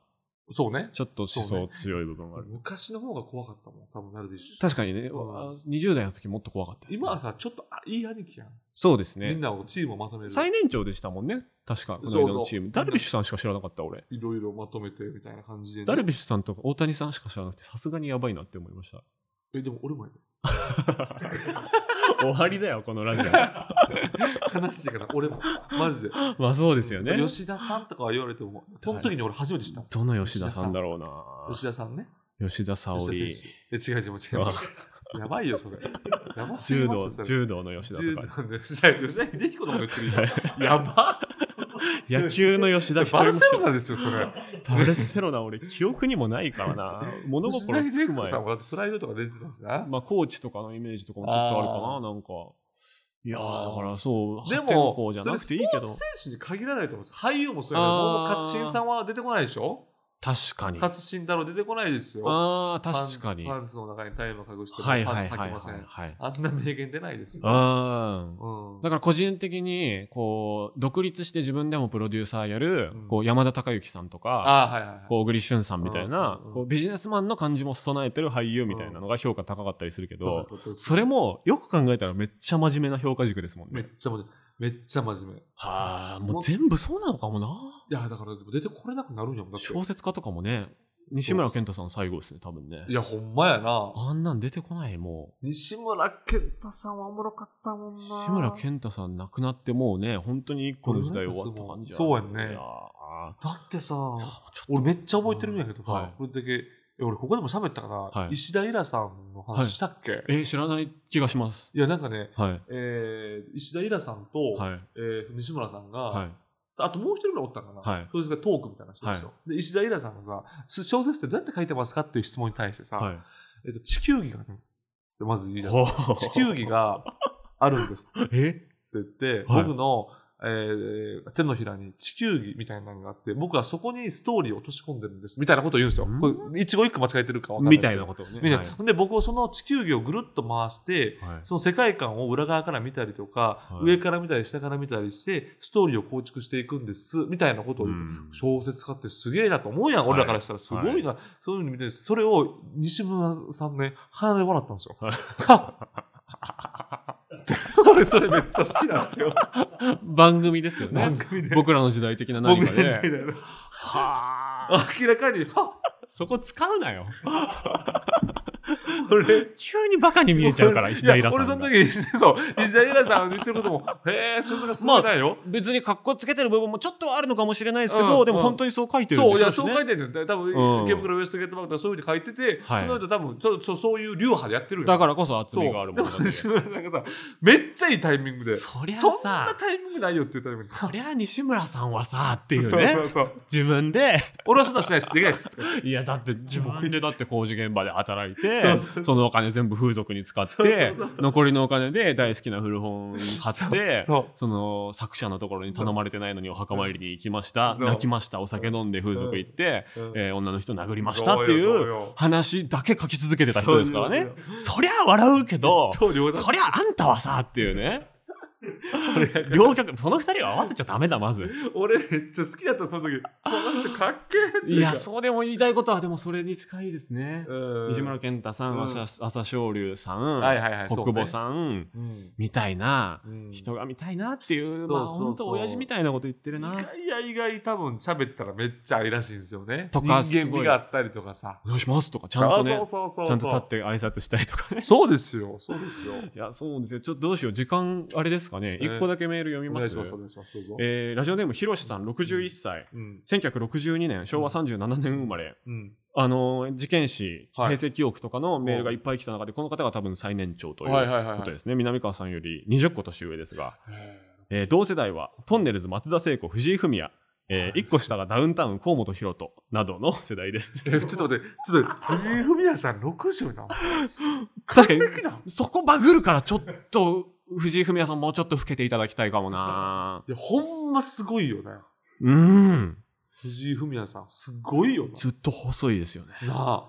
Speaker 3: そうね。
Speaker 2: ちょっと思想強い部分がある、
Speaker 3: 昔の方が怖かったもん、多分ダルビッシュ。
Speaker 2: 確かにね、
Speaker 3: うん
Speaker 2: あ20代の時もっと怖かったです、ね、
Speaker 3: 今はさ、ちょっとあいい兄貴やん。
Speaker 2: そうです
Speaker 3: み
Speaker 2: ね
Speaker 3: んなをチームをまとめる。
Speaker 2: 最年長でしたもんね確かこの
Speaker 3: そうそう
Speaker 2: 間のチームダルビッシュさんしか知らなかった俺
Speaker 3: いろいろまとめてみたいな感じでね、
Speaker 2: ダルビッシュさんとか大谷さんしか知らなくてさすがにやばいなって思いま した
Speaker 3: え、でも俺もやで
Speaker 2: 終わりだよこのラ ジオ
Speaker 3: 悲しいから、俺も。マジで。
Speaker 2: まあそうですよね
Speaker 3: 吉田さんとか言われても、その時に俺初めて知った。
Speaker 2: どの吉田さんだろうな
Speaker 3: 吉田さんね。
Speaker 2: 吉田沙保里
Speaker 3: 吉田選手え違う違う違う。やばいよ、それ。やばすぎ
Speaker 2: 柔
Speaker 3: ます
Speaker 2: 道
Speaker 3: よそれ
Speaker 2: 柔道の吉田
Speaker 3: 柔
Speaker 2: と
Speaker 3: 道
Speaker 2: か
Speaker 3: の吉田吉田秀彦のこと言ってるよ。やば
Speaker 2: 野球の吉田ひと
Speaker 3: バ
Speaker 2: り
Speaker 3: ル
Speaker 2: も
Speaker 3: セロナですよ、それ。
Speaker 2: バルセロナ、俺、記憶にもないからな。物
Speaker 3: 吉田
Speaker 2: 心つく
Speaker 3: 秀子
Speaker 2: 前
Speaker 3: さ。んもだってプライドとか出てたしな。
Speaker 2: まあ、コーチとかのイメージとかもちょっとあるか
Speaker 3: あ
Speaker 2: な、なんか。いやー、だからそう、
Speaker 3: で
Speaker 2: 破天
Speaker 3: も
Speaker 2: 荒、じゃ
Speaker 3: それ
Speaker 2: なくていいけ
Speaker 3: スポ
Speaker 2: ど
Speaker 3: ーツ。選手に限らないと思うんです。俳優もそうやけど、もう
Speaker 2: あー
Speaker 3: 勝新さんは出てこないでしょ
Speaker 2: 確かに。
Speaker 3: 勝新太郎出てこないですよ。
Speaker 2: あー、確かに。
Speaker 3: パ
Speaker 2: は
Speaker 3: ンツの中にタイムを隠して、
Speaker 2: い
Speaker 3: パ
Speaker 2: はい
Speaker 3: ンツ
Speaker 2: はい
Speaker 3: 履
Speaker 2: はい
Speaker 3: きません。
Speaker 2: はい。
Speaker 3: あんな名言出ないですよ。
Speaker 2: あー。
Speaker 3: うん
Speaker 2: だから個人的に、こう、独立して自分でもプロデューサーやる
Speaker 3: うん、
Speaker 2: こう、山田孝之さんとか、
Speaker 3: あーはいはいはい。
Speaker 2: こう小栗旬さんみたいな
Speaker 3: うんうんうん
Speaker 2: こうビジネスマンの感じも備えてる俳優みたいなのが評価高かったりするけど
Speaker 3: どう
Speaker 2: それもよく考えたらめっちゃ真面目な評価軸ですもん
Speaker 3: めっ
Speaker 2: ね。
Speaker 3: ちゃ真面目。めっちゃ真面目。い
Speaker 2: はあもう全部そうなのかもな
Speaker 3: や、だからでも出てこれなくなるんやもん。だって
Speaker 2: 小説家とかもね西村健太さん最後ですね多分ね
Speaker 3: いや、ほんまやな。
Speaker 2: あんなん出てこないも
Speaker 3: 西村健太さんはおもろかったもん
Speaker 2: う
Speaker 3: な。
Speaker 2: 西村健太さん亡くなってもうね本当に一個の時代終わった感じ
Speaker 3: そうやんね
Speaker 2: いやあ
Speaker 3: だっ てさ、
Speaker 2: ちょっ
Speaker 3: 俺めっちゃ覚えてるんやけどさ、
Speaker 2: はい
Speaker 3: これだけ、え俺ここでも喋ったかな、
Speaker 2: はい
Speaker 3: 石田イラさんの話したっけ、い、
Speaker 2: とえ知らない気がします
Speaker 3: や、なんかね、
Speaker 2: はい
Speaker 3: えー、石田イラさんと、
Speaker 2: はい
Speaker 3: えー西村さんが、
Speaker 2: はい
Speaker 3: あともう一人ぐらいおったかな、
Speaker 2: はい
Speaker 3: 小説がトークみたいな人ですよ、で石田イラさんがさ小説ってどうやって書いてますかっていう質問に対してさ、
Speaker 2: はい
Speaker 3: えっと地球儀がね、でまず言い出す。
Speaker 2: ほう
Speaker 3: 地球儀があるんですって
Speaker 2: え
Speaker 3: 言って、
Speaker 2: はい
Speaker 3: 僕の、えー手のひらに地球儀みたいなのがあって、僕はそこにストーリーを落とし込んでるんですみたいなことを言うんですよ。
Speaker 2: ん
Speaker 3: これ一語一句間違えてるかわかんない
Speaker 2: み
Speaker 3: で
Speaker 2: た
Speaker 3: すけ
Speaker 2: い
Speaker 3: ど。
Speaker 2: なことをね
Speaker 3: みたい
Speaker 2: は
Speaker 3: ないほんで僕はその地球儀をぐるっと回して、
Speaker 2: はい
Speaker 3: その世界観を裏側から見たりとか、
Speaker 2: はい
Speaker 3: 上から見たり下から見たりして、ストーリーを構築していくんですみたいなことを言う
Speaker 2: うん
Speaker 3: 小説家ってすげえなと思うやん、
Speaker 2: はい
Speaker 3: 俺らからしたら。すごいな、そういうの見てるんです。それを西村さんね、鼻で笑ったんですよ。 俺、それめっちゃ好きなんです よ。
Speaker 2: 番組ですよ
Speaker 3: 番
Speaker 2: ね。
Speaker 3: 組で。
Speaker 2: 僕らの時代的な何
Speaker 3: 僕
Speaker 2: か
Speaker 3: の時代
Speaker 2: で。
Speaker 3: だよ。
Speaker 2: はあ。
Speaker 3: 明らかに、は
Speaker 2: そこ使う なよ。
Speaker 3: 俺、
Speaker 2: 急にバカに見えちゃうから、石田イラ
Speaker 3: いや俺、そ
Speaker 2: さん
Speaker 3: の
Speaker 2: が。
Speaker 3: 時、そう、石田イラさんの言ってることも、へえ、それがすごいないよ。
Speaker 2: 別に格好つけてる部分もちょっとはあるのかもしれないですけ
Speaker 3: う
Speaker 2: ど、
Speaker 3: ん
Speaker 2: でも本当にそう書いてるん
Speaker 3: そ
Speaker 2: で
Speaker 3: う、い
Speaker 2: す
Speaker 3: や、そう書い
Speaker 2: ね。
Speaker 3: てるんだよ。多
Speaker 2: うん
Speaker 3: 分、池袋ウエストゲートバンクとかそういうふうに書いてて、
Speaker 2: はい
Speaker 3: その人多分そうそう、そういう流派でやってるよ。
Speaker 2: だからこそ厚
Speaker 3: そう
Speaker 2: みがあるもの
Speaker 3: で
Speaker 2: だ
Speaker 3: も
Speaker 2: け
Speaker 3: 西村さんがさ、めっちゃいいタイミングで。
Speaker 2: そりゃ
Speaker 3: んな
Speaker 2: さ、
Speaker 3: タイミングないよって言ったタイミング
Speaker 2: そりゃ西村さんはさ、っていう
Speaker 3: そうそ
Speaker 2: ね。
Speaker 3: うそう。
Speaker 2: 自分で、
Speaker 3: 俺はそんなしないです。できないです。
Speaker 2: いや、だって自分でだって工事現場で働いて
Speaker 3: そうそうそ、う
Speaker 2: そのお金全部風俗に使っ
Speaker 3: そうそう
Speaker 2: て
Speaker 3: そう、そう
Speaker 2: 残りのお金で大好きな古本買って、
Speaker 3: そう。
Speaker 2: その作者のところに頼まれてないのにお墓参りに行きました、
Speaker 3: うん
Speaker 2: 泣きました、お酒飲んで風俗行って、
Speaker 3: うん
Speaker 2: えー女の人殴りましたってい
Speaker 3: そうよそう
Speaker 2: う
Speaker 3: よ
Speaker 2: 話だけ書き続けてた人ですからね。
Speaker 3: そう
Speaker 2: そりゃ笑うけど、
Speaker 3: そう両方
Speaker 2: そりゃあんたはさっていうね。両極、その二人を合わせちゃダメだ、まず。
Speaker 3: 俺めっちゃ好きだった、その時。この人かっけえって
Speaker 2: いや、
Speaker 3: う
Speaker 2: そうでも言いたいことは、でもそれに近いですね。
Speaker 3: うん。
Speaker 2: 西村健太さん、
Speaker 3: うん
Speaker 2: 朝朝青龍さん、
Speaker 3: はいはいはい。
Speaker 2: 国母さん、
Speaker 3: ん。うん
Speaker 2: みたいな、
Speaker 3: うん
Speaker 2: 人が見たいなっていう、
Speaker 3: そう
Speaker 2: まあ
Speaker 3: そう
Speaker 2: 本
Speaker 3: そう
Speaker 2: 当親父みたいなこと言ってる
Speaker 3: 意
Speaker 2: な。
Speaker 3: 外や意外多分喋ったらめっちゃ愛らしいんですよね。
Speaker 2: とか
Speaker 3: 人
Speaker 2: す
Speaker 3: 間
Speaker 2: ごい
Speaker 3: 味があったりとかさ。
Speaker 2: お願いしますとか、ちゃんとね
Speaker 3: そう、そうそう
Speaker 2: ち
Speaker 3: そ
Speaker 2: ゃ
Speaker 3: うん
Speaker 2: と立って挨拶したりとかね。
Speaker 3: そうですよ。そうですよ。
Speaker 2: いや、そうですよ。ちょっとどうしよう。時間、あれですかね。
Speaker 3: え
Speaker 2: 一、
Speaker 3: ー
Speaker 2: 個だけメール読み
Speaker 3: お
Speaker 2: ま
Speaker 3: 願い
Speaker 2: す。
Speaker 3: します。お願いします。どうぞ。
Speaker 2: えーラジオネーム、ひろしさん、61歳。
Speaker 3: うん。
Speaker 2: 1962年、昭和37年生まれ。
Speaker 3: うん。
Speaker 2: あのー、事件史、
Speaker 3: はい
Speaker 2: 平成記憶とかのメールがいっぱい来た中で、この方が多分最年長という。
Speaker 3: はいはいはい
Speaker 2: こ
Speaker 3: は
Speaker 2: と
Speaker 3: い。
Speaker 2: ですね南川さんより20個年上ですが、
Speaker 3: へー
Speaker 2: えー同世代はトンネルズ松田聖子藤井フミヤ、え
Speaker 3: はい
Speaker 2: 1個下がダウンタウン河本大翔などの世代です、
Speaker 3: え、ちょっと待って、ちょっと待って、藤井フミヤさん60なの
Speaker 2: 確かに
Speaker 3: 完璧なのい
Speaker 2: そこバグるからちょっと藤井フミヤさんもうちょっと老けていただきたいかもな
Speaker 3: や、ほんますごいよね。
Speaker 2: うん
Speaker 3: 藤井フミヤさん、すごいよな。
Speaker 2: ずっと細いですよね。
Speaker 3: な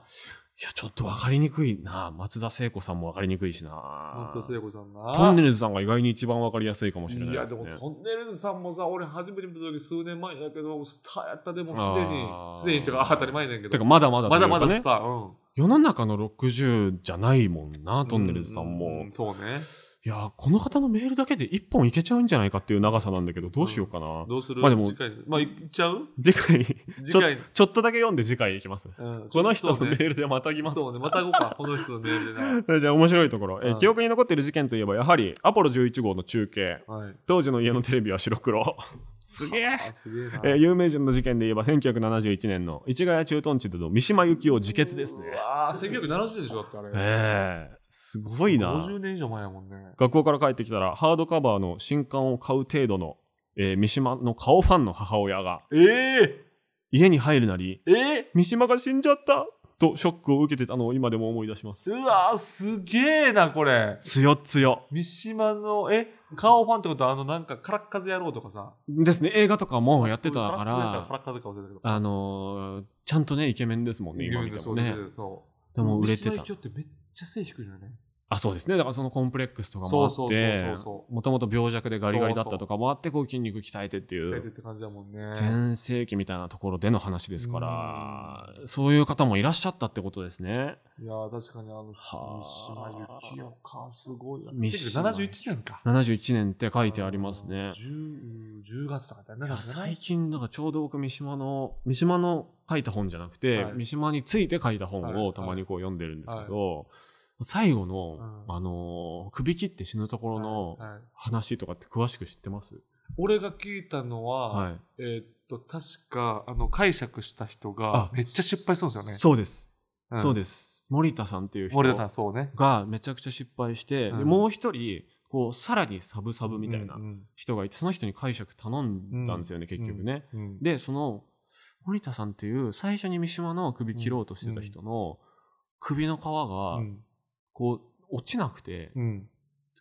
Speaker 2: や、ちょっと分かりにくいな。松田聖子さんも分かりにくいし
Speaker 3: あ、
Speaker 2: な。
Speaker 3: 松田聖子さんな。
Speaker 2: トンネルズさんが意外に一番分かりやすいかもしれないい
Speaker 3: や、
Speaker 2: で
Speaker 3: です
Speaker 2: ね。
Speaker 3: もトンネルズさんもさ、俺初めて見た時数年前やけど、スターやったでもすでに
Speaker 2: あ、ー
Speaker 3: すでにってか、あ当たり前だけど。
Speaker 2: てか、まだまだとい
Speaker 3: ま
Speaker 2: うかね、
Speaker 3: だまだスター、うん。
Speaker 2: 世の中の60じゃないもんな、トンネルズさんも。
Speaker 3: うううそうね。
Speaker 2: いや、この方のメールだけで一本いけちゃうんじゃないかっていう長さなんだけど、どうしようかな。
Speaker 3: どうする
Speaker 2: まあでも
Speaker 3: 次回、まあ、いっちゃう
Speaker 2: 次回、
Speaker 3: 次回、
Speaker 2: ちょっとだけ読んで次回いきます。
Speaker 3: うん
Speaker 2: この人の
Speaker 3: そう
Speaker 2: メ
Speaker 3: ね
Speaker 2: ールでまたぎます。
Speaker 3: そうね、また行こうか、この人のメールでな。
Speaker 2: じゃあ面白いところ、えー
Speaker 3: うん
Speaker 2: 記憶に残っている事件といえばやはりアポロ11号の中継
Speaker 3: はい。
Speaker 2: 当時の家のテレビは白黒すげえ
Speaker 3: あ、すげえな。
Speaker 2: えー有名人の事件で言えば1971年の市ヶ谷駐屯地での三島由紀夫自決ですね
Speaker 3: う。わあ、1970年でしょ、だってあれ。
Speaker 2: ええすごいな。
Speaker 3: 50年以上前やもんね。
Speaker 2: 学校から帰ってきたらハードカバーの新刊を買う程度の、えー三島の顔ファンの母親が、
Speaker 3: ええ
Speaker 2: 家に入るなり、
Speaker 3: ええ
Speaker 2: 三島が死んじゃったとショックを受けてたのを今でも思い出します
Speaker 3: う。わすげえな、これ。
Speaker 2: 強強。
Speaker 3: 三島の、え、顔ファンってことは、あの、なんか、カラッカズ野郎とかさ。
Speaker 2: ですね、映画とかもやってたか
Speaker 3: カ
Speaker 2: ら、
Speaker 3: ラッカズか忘れたけど。
Speaker 2: あのーちゃんとね、イケメンですもんね、今見て
Speaker 3: そ
Speaker 2: も
Speaker 3: う
Speaker 2: ね。
Speaker 3: そう。
Speaker 2: でも売れて
Speaker 3: 三島
Speaker 2: た
Speaker 3: 由。紀夫ってめっちゃ背低いよね。
Speaker 2: あ、そうですね。だからそのコンプレックスとかもあ
Speaker 3: そ
Speaker 2: っ
Speaker 3: うそうそう
Speaker 2: て
Speaker 3: そうそ、
Speaker 2: もともと病弱でガリガリだったとかもあって、こう筋肉鍛えてってい
Speaker 3: 売れてっ
Speaker 2: う、
Speaker 3: て感じだもんね。
Speaker 2: 全盛期みたいなところでの話ですから、そういう方もいらっしゃったってことですね。
Speaker 3: いやー、確かにあの、
Speaker 2: は
Speaker 3: 三島由紀夫か、すごいな。
Speaker 2: 三島
Speaker 3: 71年か。
Speaker 2: 71年って書いてありますね。
Speaker 3: 10, 10月とかだよね。
Speaker 2: いや
Speaker 3: なんかね
Speaker 2: 最近、だからちょうど僕、三島の、三島の書いた本じゃなくて、
Speaker 3: はい
Speaker 2: 三島について書いた
Speaker 3: は
Speaker 2: 本
Speaker 3: い
Speaker 2: をたまにこう読んでるんですけど、最後の、
Speaker 3: うん
Speaker 2: あのー、首切って死ぬところの
Speaker 3: はいはい
Speaker 2: 話とかって詳しく知ってます
Speaker 3: 俺が聞いたのは、
Speaker 2: はい。
Speaker 3: えーっと、確か、あの、解釈した人が
Speaker 2: あ、
Speaker 3: めっちゃ失敗そうですよね。
Speaker 2: そうです。
Speaker 3: ん
Speaker 2: そうです。森田さんっていう人
Speaker 3: 森田さん、そうね。
Speaker 2: がめちゃくちゃ失敗して、で
Speaker 3: うん
Speaker 2: もう一人、こう、さらにサブサブみたいな
Speaker 3: うんうん
Speaker 2: 人がいて、その人に解釈頼んだんですよね、結局ね。
Speaker 3: うん
Speaker 2: で、その、森田さんっていう最初に三島の首切ろうとしてた人の首の皮
Speaker 3: う
Speaker 2: が、
Speaker 3: ん
Speaker 2: こう、落ちなくて、
Speaker 3: うん。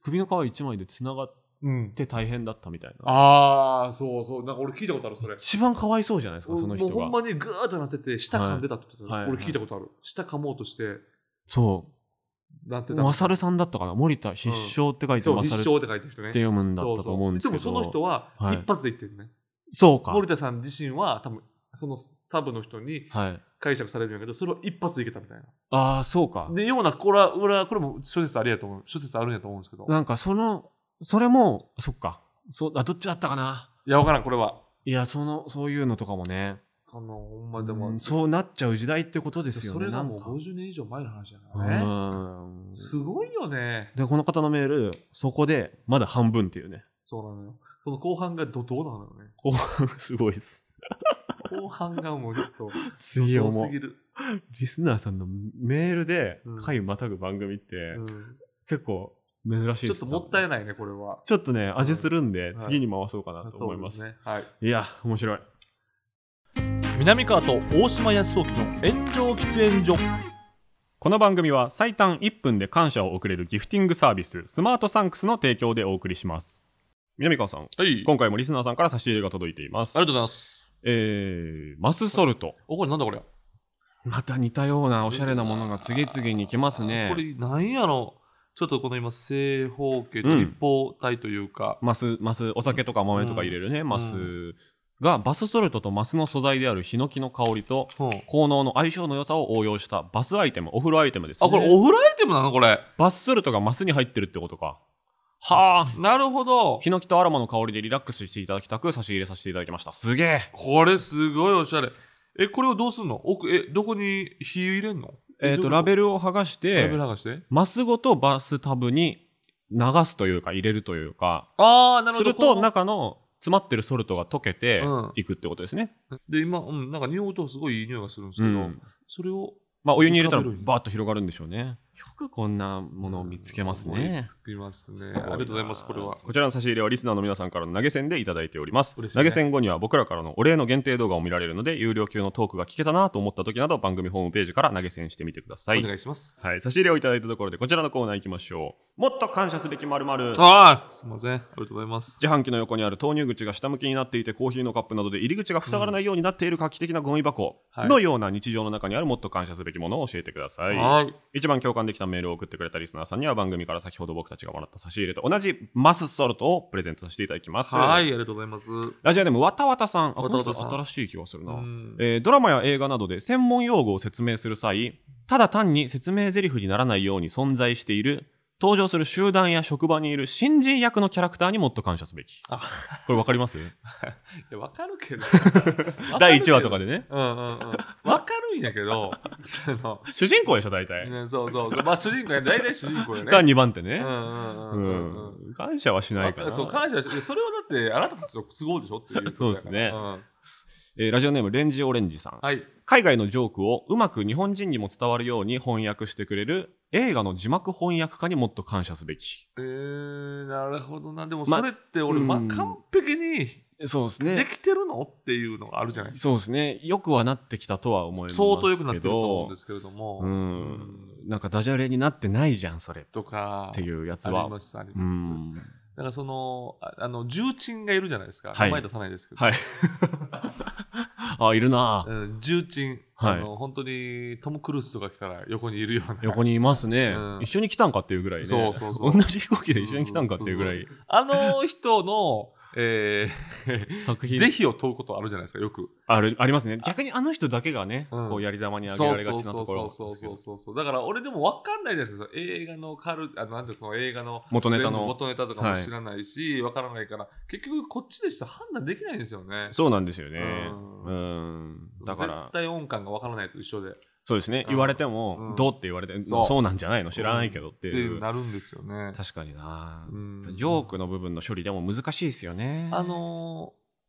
Speaker 2: 首の皮一枚で繋がっ
Speaker 3: うん。
Speaker 2: て大変だったみたいな。
Speaker 3: ああ、そうそう。なんか俺聞いたことある、それ。
Speaker 2: 一番かわいそうじゃないですか、その人
Speaker 3: もうほんま
Speaker 2: が。
Speaker 3: にグーッとなってて、舌噛んでたって言ってた、
Speaker 2: はいはい
Speaker 3: 俺聞いたことある。舌噛もうとして、
Speaker 2: そ
Speaker 3: なって
Speaker 2: う。
Speaker 3: た。
Speaker 2: マサルさんだったかな森田必勝って書いて、
Speaker 3: そう、
Speaker 2: マ
Speaker 3: 立
Speaker 2: サルっ
Speaker 3: 証って書いてる人ね。
Speaker 2: て読むんだっ
Speaker 3: そう
Speaker 2: たと思うんですけど。
Speaker 3: そうもその人は
Speaker 2: はい
Speaker 3: 一発で言ってるね、
Speaker 2: そうか。
Speaker 3: 森田さん自身は多分そのサブの人に
Speaker 2: はい。
Speaker 3: 解釈されるんやけどそれを一発でいけたみたいな
Speaker 2: ああ、そうか。
Speaker 3: でようなこれは俺はこれも諸説ありやと思う諸説あるんやと思うんですけど
Speaker 2: なんか、その、それも、そっか。そう、あ、どっちだったかな。
Speaker 3: いやわからんこれはい
Speaker 2: や、その、そういうのとかもね。
Speaker 3: あのほんまでも、
Speaker 2: うんそうなっちゃう時代ってことですよね。
Speaker 3: それがもう
Speaker 2: なんか
Speaker 3: 50年以上前の話や
Speaker 2: う
Speaker 3: からね、
Speaker 2: ん
Speaker 3: すごいよね
Speaker 2: で、この方のメール、そこで、まだ半分っていうね。
Speaker 3: そうなのよその後半がどどうなのよね
Speaker 2: 後半、すごいです。
Speaker 3: 後半がもうちょっ と
Speaker 2: 次を
Speaker 3: 多
Speaker 2: も
Speaker 3: すぎ
Speaker 2: う、
Speaker 3: る、
Speaker 2: リスナーさんのメールで
Speaker 3: うん、
Speaker 2: 回またぐ番組って、
Speaker 3: うん
Speaker 2: 結構珍しい
Speaker 3: ちょ
Speaker 2: で
Speaker 3: っ
Speaker 2: す
Speaker 3: ともったいないねこれは
Speaker 2: ちょっとね、味するんで
Speaker 3: う、ん
Speaker 2: 次に回そうかなと思います。
Speaker 3: そうでねはい
Speaker 2: いや、面白い。
Speaker 3: 南川と大島康雄の炎上喫煙所
Speaker 2: この番組は最短1分で感謝を送れるギフティングサービススマートサンクスの提供でお送りします南川さん
Speaker 3: はい
Speaker 2: 今回もリスナーさんから差し入れが届いています
Speaker 3: ありがとうございます。
Speaker 2: えー、マスソルト
Speaker 3: おこれなんだこれ。
Speaker 2: また似たようなおしゃれなものが次々に来ますね
Speaker 3: これなんやろちょっとこの今正方形と
Speaker 2: うん
Speaker 3: 立方体というか、
Speaker 2: マスマスお酒とか豆とか入れるね、マ
Speaker 3: う
Speaker 2: スがバスソルトとマスの素材であるヒノキの香りと
Speaker 3: うん
Speaker 2: 効能の相性の良さを応用したバスアイテムお風呂アイテムです、ね、
Speaker 3: あこれオフライテムなのこれ。
Speaker 2: バスソルトがマスに入ってるってことかはあ
Speaker 3: なるほど。
Speaker 2: ヒノキとアロマの香りでリラックスしていただきたく差し入れさせていただきました。すげえ。
Speaker 3: これすごいおしゃれ。えこれをどうすんの？奥えどこに火入れんの？
Speaker 2: えっ、と、ラベルを剥がし
Speaker 3: ルラベル
Speaker 2: て、
Speaker 3: 剥がして。
Speaker 2: マスごとバスタブに流すというか、入れるというか、
Speaker 3: ああなる
Speaker 2: す
Speaker 3: ほど。
Speaker 2: ると
Speaker 3: この
Speaker 2: 中の詰まってるソルトが溶けて
Speaker 3: うん
Speaker 2: いくってことですね。
Speaker 3: で今うんなんか匂うとすごいいい匂いがするんです
Speaker 2: う
Speaker 3: け
Speaker 2: ん。
Speaker 3: ど、それを
Speaker 2: まあ、お湯に入れたら
Speaker 3: 浮かべる
Speaker 2: バーッと広がるんでしょうね。よくこんなものを見つけます
Speaker 3: 見
Speaker 2: ね。
Speaker 3: つけますね
Speaker 2: す
Speaker 3: あ
Speaker 2: ごいな
Speaker 3: りがとうございますこれは。
Speaker 2: こちらの差し入れはリスナーの皆さんからの投げ銭でいただいております、
Speaker 3: 嬉しいね
Speaker 2: 投げ銭後には僕らからのお礼の限定動画を見られるので有料級のトークが聞けたなと思った時など番組ホームページから投げ銭してみてください
Speaker 3: お願いします。
Speaker 2: はい、差し入れをいただいたところでこちらのコーナー行きましょう。もっと感謝すべきまる自
Speaker 3: ああすみませんありがとうございます。
Speaker 2: 販機の横にある投入口が下向きになっていてコーヒーのカップなどで入り口が塞がらないようになっている画期的なゴミ箱
Speaker 3: はい
Speaker 2: のような日常の中にあるもっと感謝すべきものを教えてください、
Speaker 3: はい
Speaker 2: 一番共感できたメールを送ってくれたリスナーさんには番組から先ほど僕たちがもらった差し入れと同じマスソルトをプレゼントさせていただきます
Speaker 3: はいありがとうございます。う
Speaker 2: ラジオネームわたわたさんあこの人
Speaker 3: わたわたさん
Speaker 2: 新しい気がするな、
Speaker 3: ん
Speaker 2: えードラマや映画などで専門用語を説明する際ただ単に説明台詞にならないように存在している登場する集団や職場にいる新人役のキャラクターにもっと感謝すべき
Speaker 3: あ
Speaker 2: これわかります
Speaker 3: いや、わかるけど。
Speaker 2: 第1話とか
Speaker 3: で。
Speaker 2: でね
Speaker 3: うんうんうん。わかるんやけど、 その、
Speaker 2: 主人公でしょ大体、
Speaker 3: ね、そうそうそう。まあ、主人公や、大体主人公やね。
Speaker 2: が2番手
Speaker 3: う
Speaker 2: ね、
Speaker 3: んうん
Speaker 2: う
Speaker 3: うんんうんうん。
Speaker 2: 感謝はしないか
Speaker 3: わ
Speaker 2: な
Speaker 3: かそう、感謝して、それはだって、あなたたちの都合でしょっていうことやから。
Speaker 2: そうですね
Speaker 3: ん
Speaker 2: えーラジオネームレンジオレンジさん、
Speaker 3: はい。
Speaker 2: 海外のジョークをうまく日本人にも伝わるように翻訳してくれる映画の字幕翻訳家にもっと感謝すべき
Speaker 3: えー、なるほどな。でも
Speaker 2: ま
Speaker 3: それって俺、ま
Speaker 2: うん
Speaker 3: 完璧に
Speaker 2: そうです
Speaker 3: できてるのっていうのがあるじゃないです
Speaker 2: そうですねよくはなってきたとは思い
Speaker 3: か。
Speaker 2: ますけど
Speaker 3: 相当良くなってると思うんですけれども。
Speaker 2: うん
Speaker 3: うん
Speaker 2: なんかダジャレになってないじゃんそれっ
Speaker 3: とか、
Speaker 2: ていうやつ
Speaker 3: あ
Speaker 2: は
Speaker 3: ります、あり
Speaker 2: う
Speaker 3: ます。
Speaker 2: ん
Speaker 3: だからその、ああの、重鎮がいるじゃないです
Speaker 2: は
Speaker 3: か。名
Speaker 2: い
Speaker 3: 前出さないですけど。
Speaker 2: はいあいるなぁ
Speaker 3: うん重鎮、
Speaker 2: はい
Speaker 3: あの本当にトム・クルーズとか来たら横にいるような
Speaker 2: 横にいますね、
Speaker 3: うん
Speaker 2: 一緒に来たんかっていうぐらいね
Speaker 3: そうそう そう
Speaker 2: 同じ飛行機で一緒に来たんかっていうぐらい
Speaker 3: あの人の、え
Speaker 2: 作
Speaker 3: ー、
Speaker 2: 品
Speaker 3: 是非を問うことあるじゃないですかよく
Speaker 2: あるありますね逆にあの人だけがね、
Speaker 3: うん
Speaker 2: こうやり玉に挙げられがちな
Speaker 3: そ
Speaker 2: と
Speaker 3: う
Speaker 2: ころ
Speaker 3: そうそうそうそうそうだから俺でも分かんないですけど映画のカルあなんてその映画の
Speaker 2: 元ネタ
Speaker 3: 全部
Speaker 2: の
Speaker 3: 元ネタとかも知らないし、分からないから結局こっちでしか判断できないんですよね
Speaker 2: そうなんですよねう
Speaker 3: う
Speaker 2: んだから
Speaker 3: 絶対音感が分からないと一緒でっ
Speaker 2: そうですね
Speaker 3: うん
Speaker 2: 言われても、
Speaker 3: うん
Speaker 2: どうって言われて
Speaker 3: そ
Speaker 2: そううなんじゃないの知らないけどって
Speaker 3: て
Speaker 2: いう、
Speaker 3: なるんですよね
Speaker 2: 確かにな、
Speaker 3: うん
Speaker 2: ジョークの部分の処理でも難しいですよね
Speaker 3: あのー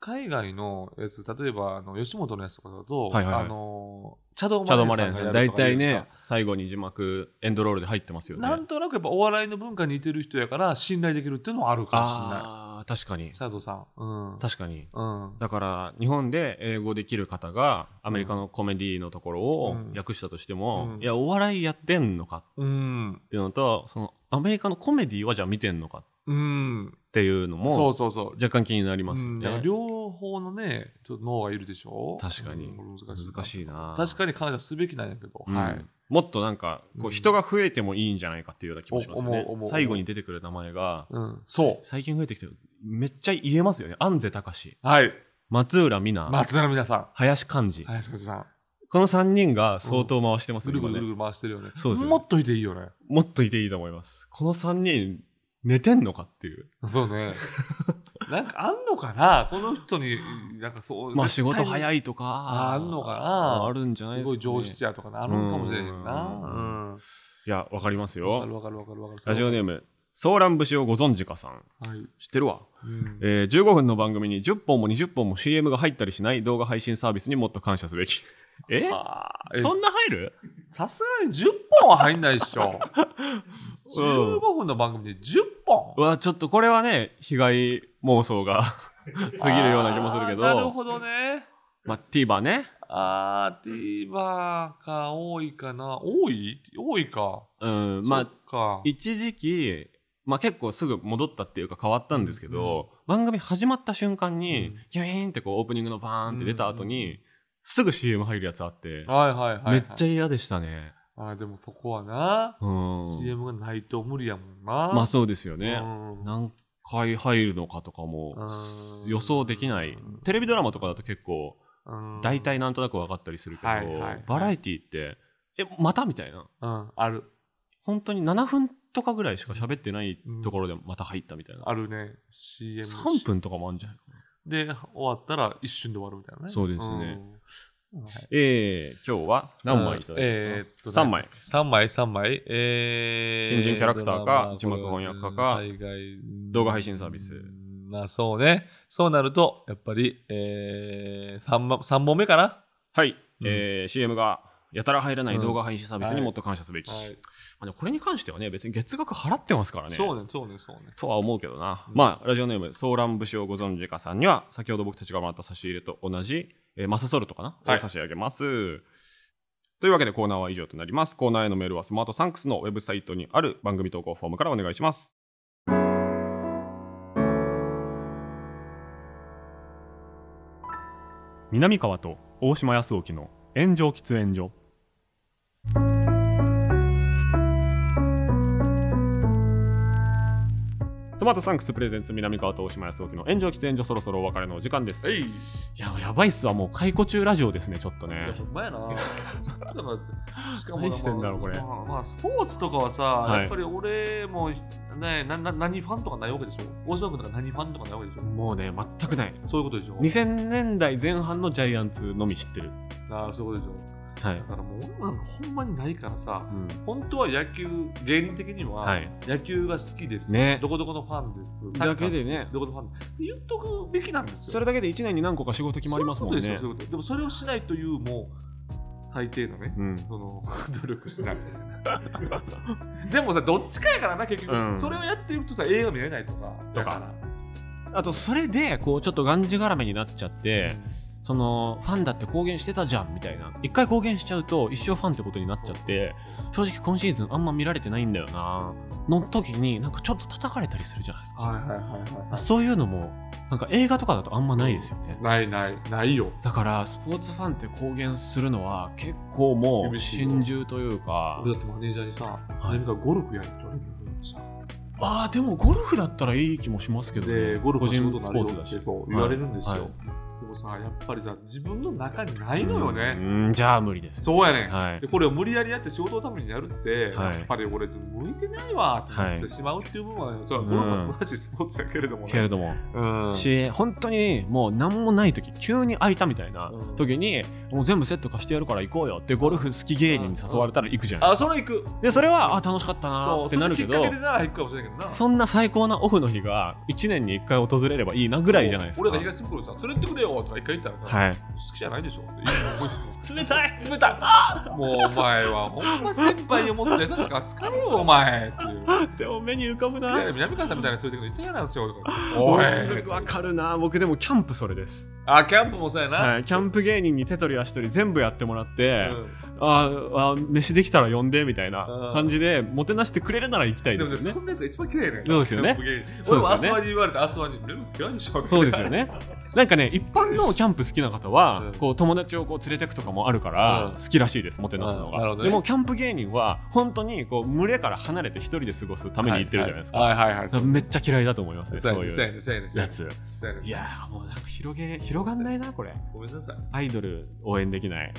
Speaker 3: 海外のやつ、例えばあの吉本のやつとかだと、
Speaker 2: はいはいはい
Speaker 3: あのーチャド
Speaker 2: チャド・マ
Speaker 3: マ
Speaker 2: レ
Speaker 3: レ
Speaker 2: ー
Speaker 3: ン
Speaker 2: ン
Speaker 3: さ
Speaker 2: さん
Speaker 3: ん
Speaker 2: 大
Speaker 3: いた
Speaker 2: 体ね最後に字幕エンドロールで入ってますよね
Speaker 3: なんとなくやっぱお笑いの文化に似てる人やから信頼できるっていうのもあるかもしれな
Speaker 2: あー確かに
Speaker 3: い。チャドさん。うん。
Speaker 2: 確かに
Speaker 3: うん。
Speaker 2: だから日本で英語できる方がアメリカのコメディのところを
Speaker 3: うん
Speaker 2: 訳したとしても、
Speaker 3: うん
Speaker 2: いやお笑いやってんのか
Speaker 3: うん。
Speaker 2: っていうのとそのアメリカのコメディはじゃあ見てんのかっ
Speaker 3: うん。
Speaker 2: ていうのも
Speaker 3: そうそうそう。
Speaker 2: 若干気になりますよ
Speaker 3: うん
Speaker 2: ね、
Speaker 3: だから両方のね、ちょっと脳がいるでしょ
Speaker 2: 確かに
Speaker 3: うん難しい。
Speaker 2: 難しいな
Speaker 3: 確かに感謝すべきなんやけど。
Speaker 2: うん
Speaker 3: はい。
Speaker 2: もっとなんかこ
Speaker 3: うん
Speaker 2: う人が増えてもいいんじゃないかっていうような気もしますよ
Speaker 3: お
Speaker 2: ね
Speaker 3: 思う思う思う
Speaker 2: 最後に出てくる名前が
Speaker 3: うん。そ
Speaker 2: 最近増えてきてるめっちゃ言えますよね安瀬隆
Speaker 3: う。はい。
Speaker 2: 松浦美奈、
Speaker 3: 松田の皆さ
Speaker 2: 林漢字、
Speaker 3: ん。林勝さん。
Speaker 2: この3人が相当回してますね、
Speaker 3: ぐるぐ
Speaker 2: 今
Speaker 3: るぐる
Speaker 2: ね
Speaker 3: ぐる回してるよね。
Speaker 2: そうですよね
Speaker 3: もっといていいよね。
Speaker 2: もっといていいと思いますこの3人寝てんのかっていう
Speaker 3: そ うね。なんかあんのかなこの人に、なんかそう。
Speaker 2: まあ仕事
Speaker 3: い。
Speaker 2: 早いとか
Speaker 3: ああんのかな
Speaker 2: あるんじゃないですすか、
Speaker 3: ご
Speaker 2: ね、
Speaker 3: い上質やとかな。あるんかもしれへんな。
Speaker 2: う
Speaker 3: うん。
Speaker 2: いやわかります
Speaker 3: わかる
Speaker 2: よ
Speaker 3: わかるわかるわかる。
Speaker 2: ラジオネームソーラン節をご存知かさん
Speaker 3: はい。うん
Speaker 2: 知ってるわえー15分の番組に10本も20本も CM が入ったりしない動画配信サービスにもっと感謝すべき。え
Speaker 3: あーえ
Speaker 2: そんな入る
Speaker 3: さすがに10本は入んない っしょ。15分の番組で10本
Speaker 2: うわ、ちょっとこれはね、被害妄想が過ぎるような気もするけど、
Speaker 3: あーなるほどね。
Speaker 2: まあ、TVer ね、
Speaker 3: あー、TVer か多いかな。多い多いか。
Speaker 2: うん、まあ、
Speaker 3: そっか。
Speaker 2: 一時期、まあ結構すぐ戻ったっていうか変わったんですけど、番組始まった瞬間に、
Speaker 3: うん
Speaker 2: ギュイーンってこうオープニングのバーンって出た後に、すぐ CM 入るやつあって、
Speaker 3: はいはいはい、はい。
Speaker 2: めっちゃ嫌でしたね。
Speaker 3: あーでもそこはな、
Speaker 2: うん。
Speaker 3: CM がないと無理やもんな。
Speaker 2: まあそうですよね。
Speaker 3: うん
Speaker 2: 何回入るのかとかも
Speaker 3: うん
Speaker 2: 予想できないテレビドラマとかだと結構
Speaker 3: うん
Speaker 2: 大体なんとなく分かったりするけど、
Speaker 3: はいはいはい
Speaker 2: バラエティってえまたみたいな
Speaker 3: うん、ある。
Speaker 2: 本当に7分とかぐらいしか喋ってないところでまた入ったみたいな、
Speaker 3: あるね。CM。
Speaker 2: 3分とかもあるんじゃないかな、
Speaker 3: で、終わったら一瞬で終わるみたいなね。
Speaker 2: そうですね
Speaker 3: うん。はい
Speaker 2: えー、今日は何枚いただいたかな、
Speaker 3: えーっとね
Speaker 2: 3枚
Speaker 3: 3枚、3枚。えー、
Speaker 2: 新人キャラクターか
Speaker 3: ドラマ
Speaker 2: 字幕翻訳家か
Speaker 3: 海外
Speaker 2: 動画配信サービス
Speaker 3: うんまあそうね。そうなると、やっぱり、えー、3, ま三本目かな。
Speaker 2: はい、
Speaker 3: うん
Speaker 2: えー CM がやたら入らない動画配信サービスにもっと感謝すべき、
Speaker 3: はい
Speaker 2: まあでもこれに関してはね別に月額払ってますからね
Speaker 3: そうね、そうね、そうね。
Speaker 2: とは思うけどな、
Speaker 3: うん
Speaker 2: まあラジオネームソーラン節をご存知かさんには先ほど僕たちがもらった差し入れと同じ、えーマサソルトかな、
Speaker 3: はい
Speaker 2: を差し上げますというわけでコーナーは以上となりますコーナーへのメールはスマートサンクスのウェブサイトにある番組投稿フォームからお願いします南川と大島康沖の炎上喫煙所スマートサンクスプレゼンツ南川と大島康沖の炎上喫煙所そろそろお別れのお時間です、
Speaker 3: えい。
Speaker 2: いや、やばいっすわ、もう解雇中ラジオですね、ちょっと
Speaker 3: いや、
Speaker 2: ね
Speaker 3: ほ。んまやな。ちょっと待ってしかもな
Speaker 2: 何してんだろうこれ
Speaker 3: まあまあ、スポーツとかはさ、
Speaker 2: はい
Speaker 3: やっぱり俺も、ね、なな何ファンとかないわけでしょ。大島君とか何ファンとかないわけでしょ。
Speaker 2: もうね、全くない。
Speaker 3: そういうことでしょ。
Speaker 2: 2000年代前半のジャイアンツのみ知ってる。
Speaker 3: ああ、そういうことでしょ。
Speaker 2: はい
Speaker 3: だ。からもう俺なんかほんまにないからさ
Speaker 2: うん。
Speaker 3: 本当は野球芸人的には
Speaker 2: はい。
Speaker 3: 野球が好きです、
Speaker 2: ね
Speaker 3: どこどこのファンですサッカー好き
Speaker 2: だけでね
Speaker 3: どこどこのファンです言っとくべきなんですよ
Speaker 2: それだけで1年に何個か仕事決まりますもんね。
Speaker 3: そういうことですよそういうことでもそれをしないというもう最低のね
Speaker 2: うん。
Speaker 3: そ の努力しないでもさどっちかやからな結局、
Speaker 2: うん
Speaker 3: それをやっていくとさ映画見れないとか
Speaker 2: とか
Speaker 3: だら
Speaker 2: あと、それで、こう、ちょっとがんじがらめになっちゃって、その、ファンだって公言してたじゃん、みたいな。一回公言しちゃうと、一生ファンってことになっちゃって、正直今シーズンあんま見られてないんだよな、の時に、なんかちょっと叩かれたりするじゃないですか。
Speaker 3: はいはいはいは
Speaker 2: そういうのも、なんか映画とかだとあんまないですよね
Speaker 3: い。ないないないよ
Speaker 2: だから、スポーツファンって公言するのは、結構もう、
Speaker 3: 厳しいよ
Speaker 2: 心中というか、
Speaker 3: 俺だってマネージャーにさ、
Speaker 2: い
Speaker 3: 何かゴルフやるって言われてるんじゃん
Speaker 2: ああ、でもゴルフだったらいい気もしますけどね。
Speaker 3: で、ゴル
Speaker 2: 個
Speaker 3: フの仕
Speaker 2: 人
Speaker 3: 事
Speaker 2: ス
Speaker 3: に
Speaker 2: ポ
Speaker 3: な
Speaker 2: ーツ
Speaker 3: るよ
Speaker 2: だ
Speaker 3: っ
Speaker 2: し。
Speaker 3: てそう言われるんですよ、
Speaker 2: はい
Speaker 3: でもさやっぱりさ自分の中にないのよね、
Speaker 2: うん、じゃあ無理です。
Speaker 3: そうやねん、
Speaker 2: はい
Speaker 3: で。これを無理やりやって仕事のためにやるって、
Speaker 2: はい
Speaker 3: やっぱり俺向いてないわってなってしまうっていう部分は、ねそれはゴルフは素晴らしいスポーツやけれども
Speaker 2: けれ
Speaker 3: ね、
Speaker 2: ども、
Speaker 3: うん
Speaker 2: し、本当にもう何もない時、急に空いたみたいな
Speaker 3: うん
Speaker 2: 時に、もう全部セット貸してやるから行こうよって、ゴルフ好き芸人に誘われたら行くじゃないで
Speaker 3: あ
Speaker 2: す
Speaker 3: それ行く
Speaker 2: か。で、それは、あ、楽しかったな
Speaker 3: そ
Speaker 2: ー
Speaker 3: う
Speaker 2: ってなるけ
Speaker 3: そ
Speaker 2: ど
Speaker 3: れきっかけ、でな行くかもしれないけどな
Speaker 2: そんな最高なオフの日が1年に1回訪れればいいなぐらいじゃないですか。
Speaker 3: 俺が東袋さんそれ言ってくれよとか一回言ったらさ、
Speaker 2: はい。
Speaker 3: 好きじゃないでしょって言
Speaker 2: 冷たい冷
Speaker 3: たいもうお前はほんま先輩を持って確か扱えよお前っていう
Speaker 2: いでも目に浮か
Speaker 3: 好
Speaker 2: ぶ
Speaker 3: きだよ
Speaker 2: な。
Speaker 3: 南川さんみたいな連れてくるの言っちゃ嫌なんですよとか
Speaker 2: お
Speaker 3: お
Speaker 2: い
Speaker 3: い
Speaker 2: わかるな僕でもキャンプそれです、
Speaker 3: あキャンプもそうやな、
Speaker 2: はい、キャンプ芸人に手取り足取り全部やってもらって、
Speaker 3: うん
Speaker 2: あーあー飯できたら呼んでみたいな感じでもてなしてくれるなら行きたい
Speaker 3: で
Speaker 2: で
Speaker 3: も
Speaker 2: す
Speaker 3: ね、
Speaker 2: よ
Speaker 3: そ
Speaker 2: ね
Speaker 3: んなやつが一番綺麗ね。
Speaker 2: そうですよね
Speaker 3: キャンプ芸人。
Speaker 2: そうですよね
Speaker 3: 俺もアスワに言われて、アスワに、でも嫌いでしょ
Speaker 2: そうですよ。ねなんかね一般のキャンプ好きな方は、
Speaker 3: うん
Speaker 2: こう友達をこう連れてくとかもあるから、
Speaker 3: うん
Speaker 2: 好きらしいですもてなすの
Speaker 3: あーなる
Speaker 2: が、
Speaker 3: ほど
Speaker 2: で
Speaker 3: ね
Speaker 2: もキャンプ芸人は本当にこう群れから離れて一人で過ごすために行ってるじゃないですか、
Speaker 3: はいはいはい。
Speaker 2: だからめっちゃ嫌いだと思いますね
Speaker 3: そう
Speaker 2: そう
Speaker 3: や
Speaker 2: い
Speaker 3: ね、そう
Speaker 2: う
Speaker 3: やね、そうやね。そ
Speaker 2: や
Speaker 3: うやね
Speaker 2: つ
Speaker 3: そうやね
Speaker 2: いやーもうなんか広げ広がんないなこれ
Speaker 3: ごめんなさい。
Speaker 2: アイドル応援できない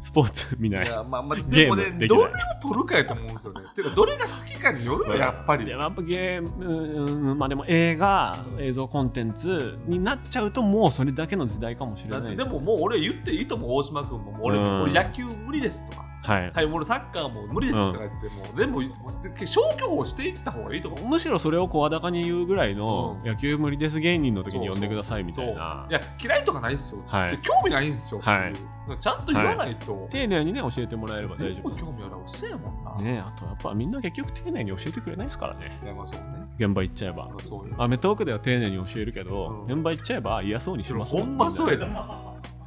Speaker 2: スポーツ見ない
Speaker 3: いや、まあまあ、
Speaker 2: ゲ
Speaker 3: で
Speaker 2: ー
Speaker 3: も
Speaker 2: ムで
Speaker 3: ね、
Speaker 2: きない
Speaker 3: どれを取るかやと思うんですよね。ていうか、どれが好きかによるよ、やっぱり。
Speaker 2: でもやっぱゲームうんうんまあでも映画映像コンテンツになっちゃうともうそれだけの時代かもしれ
Speaker 3: だっ
Speaker 2: な
Speaker 3: て
Speaker 2: い
Speaker 3: でももう俺言っていいと思う、大島君も。もう俺、
Speaker 2: うん
Speaker 3: 俺野球無理ですとか。
Speaker 2: はい
Speaker 3: はい、俺サッカーも無理ですとか言って、もう、でも、もう消去法していった方がいいと思う。
Speaker 2: むしろそれを声高に言うぐらいの
Speaker 3: うん
Speaker 2: 野球無理です芸人の時に呼んでくださいみたいな
Speaker 3: そういや、嫌いとかないっすよ。
Speaker 2: はい
Speaker 3: で興味ないんすよ。
Speaker 2: はい
Speaker 3: ってうちゃんと言わないと。
Speaker 2: 丁寧にね教えてもらえれば大
Speaker 3: 全
Speaker 2: 丈
Speaker 3: 部
Speaker 2: 夫
Speaker 3: 興味あるおせやもんな。
Speaker 2: ねあとやっぱみんな結局丁寧に教えてくれないですからね
Speaker 3: いや、まあそうね。
Speaker 2: 現場行っちゃえば
Speaker 3: まあそうよ。
Speaker 2: アメトークでは丁寧に教えるけど、
Speaker 3: うん
Speaker 2: 現場行っちゃえば嫌そうにします
Speaker 3: ほんまそうやで。い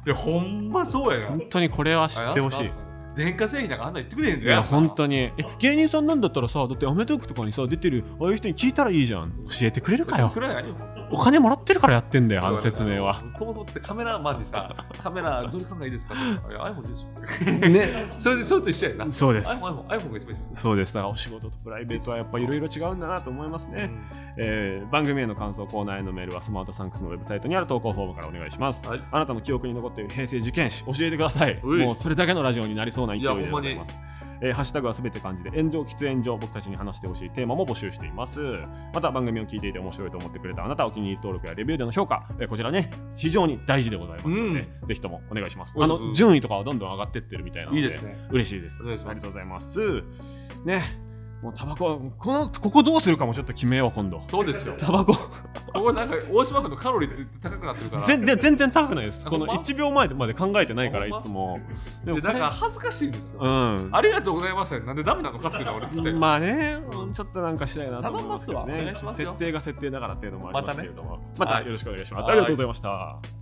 Speaker 3: や、ほんまそうやな。
Speaker 2: 本当にこれは知ってほしい。
Speaker 3: 電化製品なんかあんなん言ってくれへん
Speaker 2: い
Speaker 3: で。
Speaker 2: や本当にえ芸人さんなんだったらさだって『アメトーク』とかにさ出てるああいう人に聞いたらいいじゃん教えてくれるかよ
Speaker 3: くらいよ。
Speaker 2: お金もらってるからやってんだよあの説明は。
Speaker 3: そもそもってカメラマンに さ、カメラどれ考えですかって言ったらいや iPhone ですよ。
Speaker 2: ね
Speaker 3: それで、それと一緒や な。
Speaker 2: そうです
Speaker 3: iPhone、iPhone、iPhone が一番いいです。
Speaker 2: そうですだからお仕事とプライベートはやっぱいろいろ違うんだなと思いますね、えー番組への感想コーナーへのメールはスマートサンクスのウェブサイトにある投稿フォームからお願いします、
Speaker 3: はい
Speaker 2: あなたの記憶に残っている平成受験史教えてください
Speaker 3: おい
Speaker 2: もうそれだけのラジオになりそうな勢い
Speaker 3: い
Speaker 2: で
Speaker 3: や
Speaker 2: ございますえーハッシュタグはすべて漢字で炎上喫煙所僕たちに話してほしいテーマも募集していますまた番組を聞いていて面白いと思ってくれたあなたお気に入り登録やレビューでの評価、えーこちらね非常に大事でございますので、ぜひともお願いします
Speaker 3: お
Speaker 2: あ
Speaker 3: いします
Speaker 2: の順位とかはどんどん上がってってるみたいなの
Speaker 3: い
Speaker 2: で
Speaker 3: いですね。
Speaker 2: 嬉しいです
Speaker 3: お願いします
Speaker 2: ありがとうございますねもうタバコこのここどうするかもちょっと決めよう今度
Speaker 3: そうですよ。
Speaker 2: タバコ
Speaker 3: ここなんか、大島君のカロリーって高くなってるから。
Speaker 2: 全然全然高くないです
Speaker 3: あ
Speaker 2: この
Speaker 3: ほんま
Speaker 2: 1秒前まで考えてないから
Speaker 3: あ
Speaker 2: い
Speaker 3: ほんま
Speaker 2: つもで
Speaker 3: で、
Speaker 2: もこ
Speaker 3: なん
Speaker 2: れ
Speaker 3: か恥ずかしいんですよ。
Speaker 2: うん
Speaker 3: ありがとうございましたね。なんでダメなのかっていうのは俺聞きたいです。
Speaker 2: まあねうんちょっとなんかしたいなと思いますけど
Speaker 3: 頼
Speaker 2: ね
Speaker 3: みますわお願いしますよ
Speaker 2: 設定が設定だからっていうのもありますけれどもま
Speaker 3: またね
Speaker 2: たよろしくお願いしますあ
Speaker 3: はい
Speaker 2: りがとうございました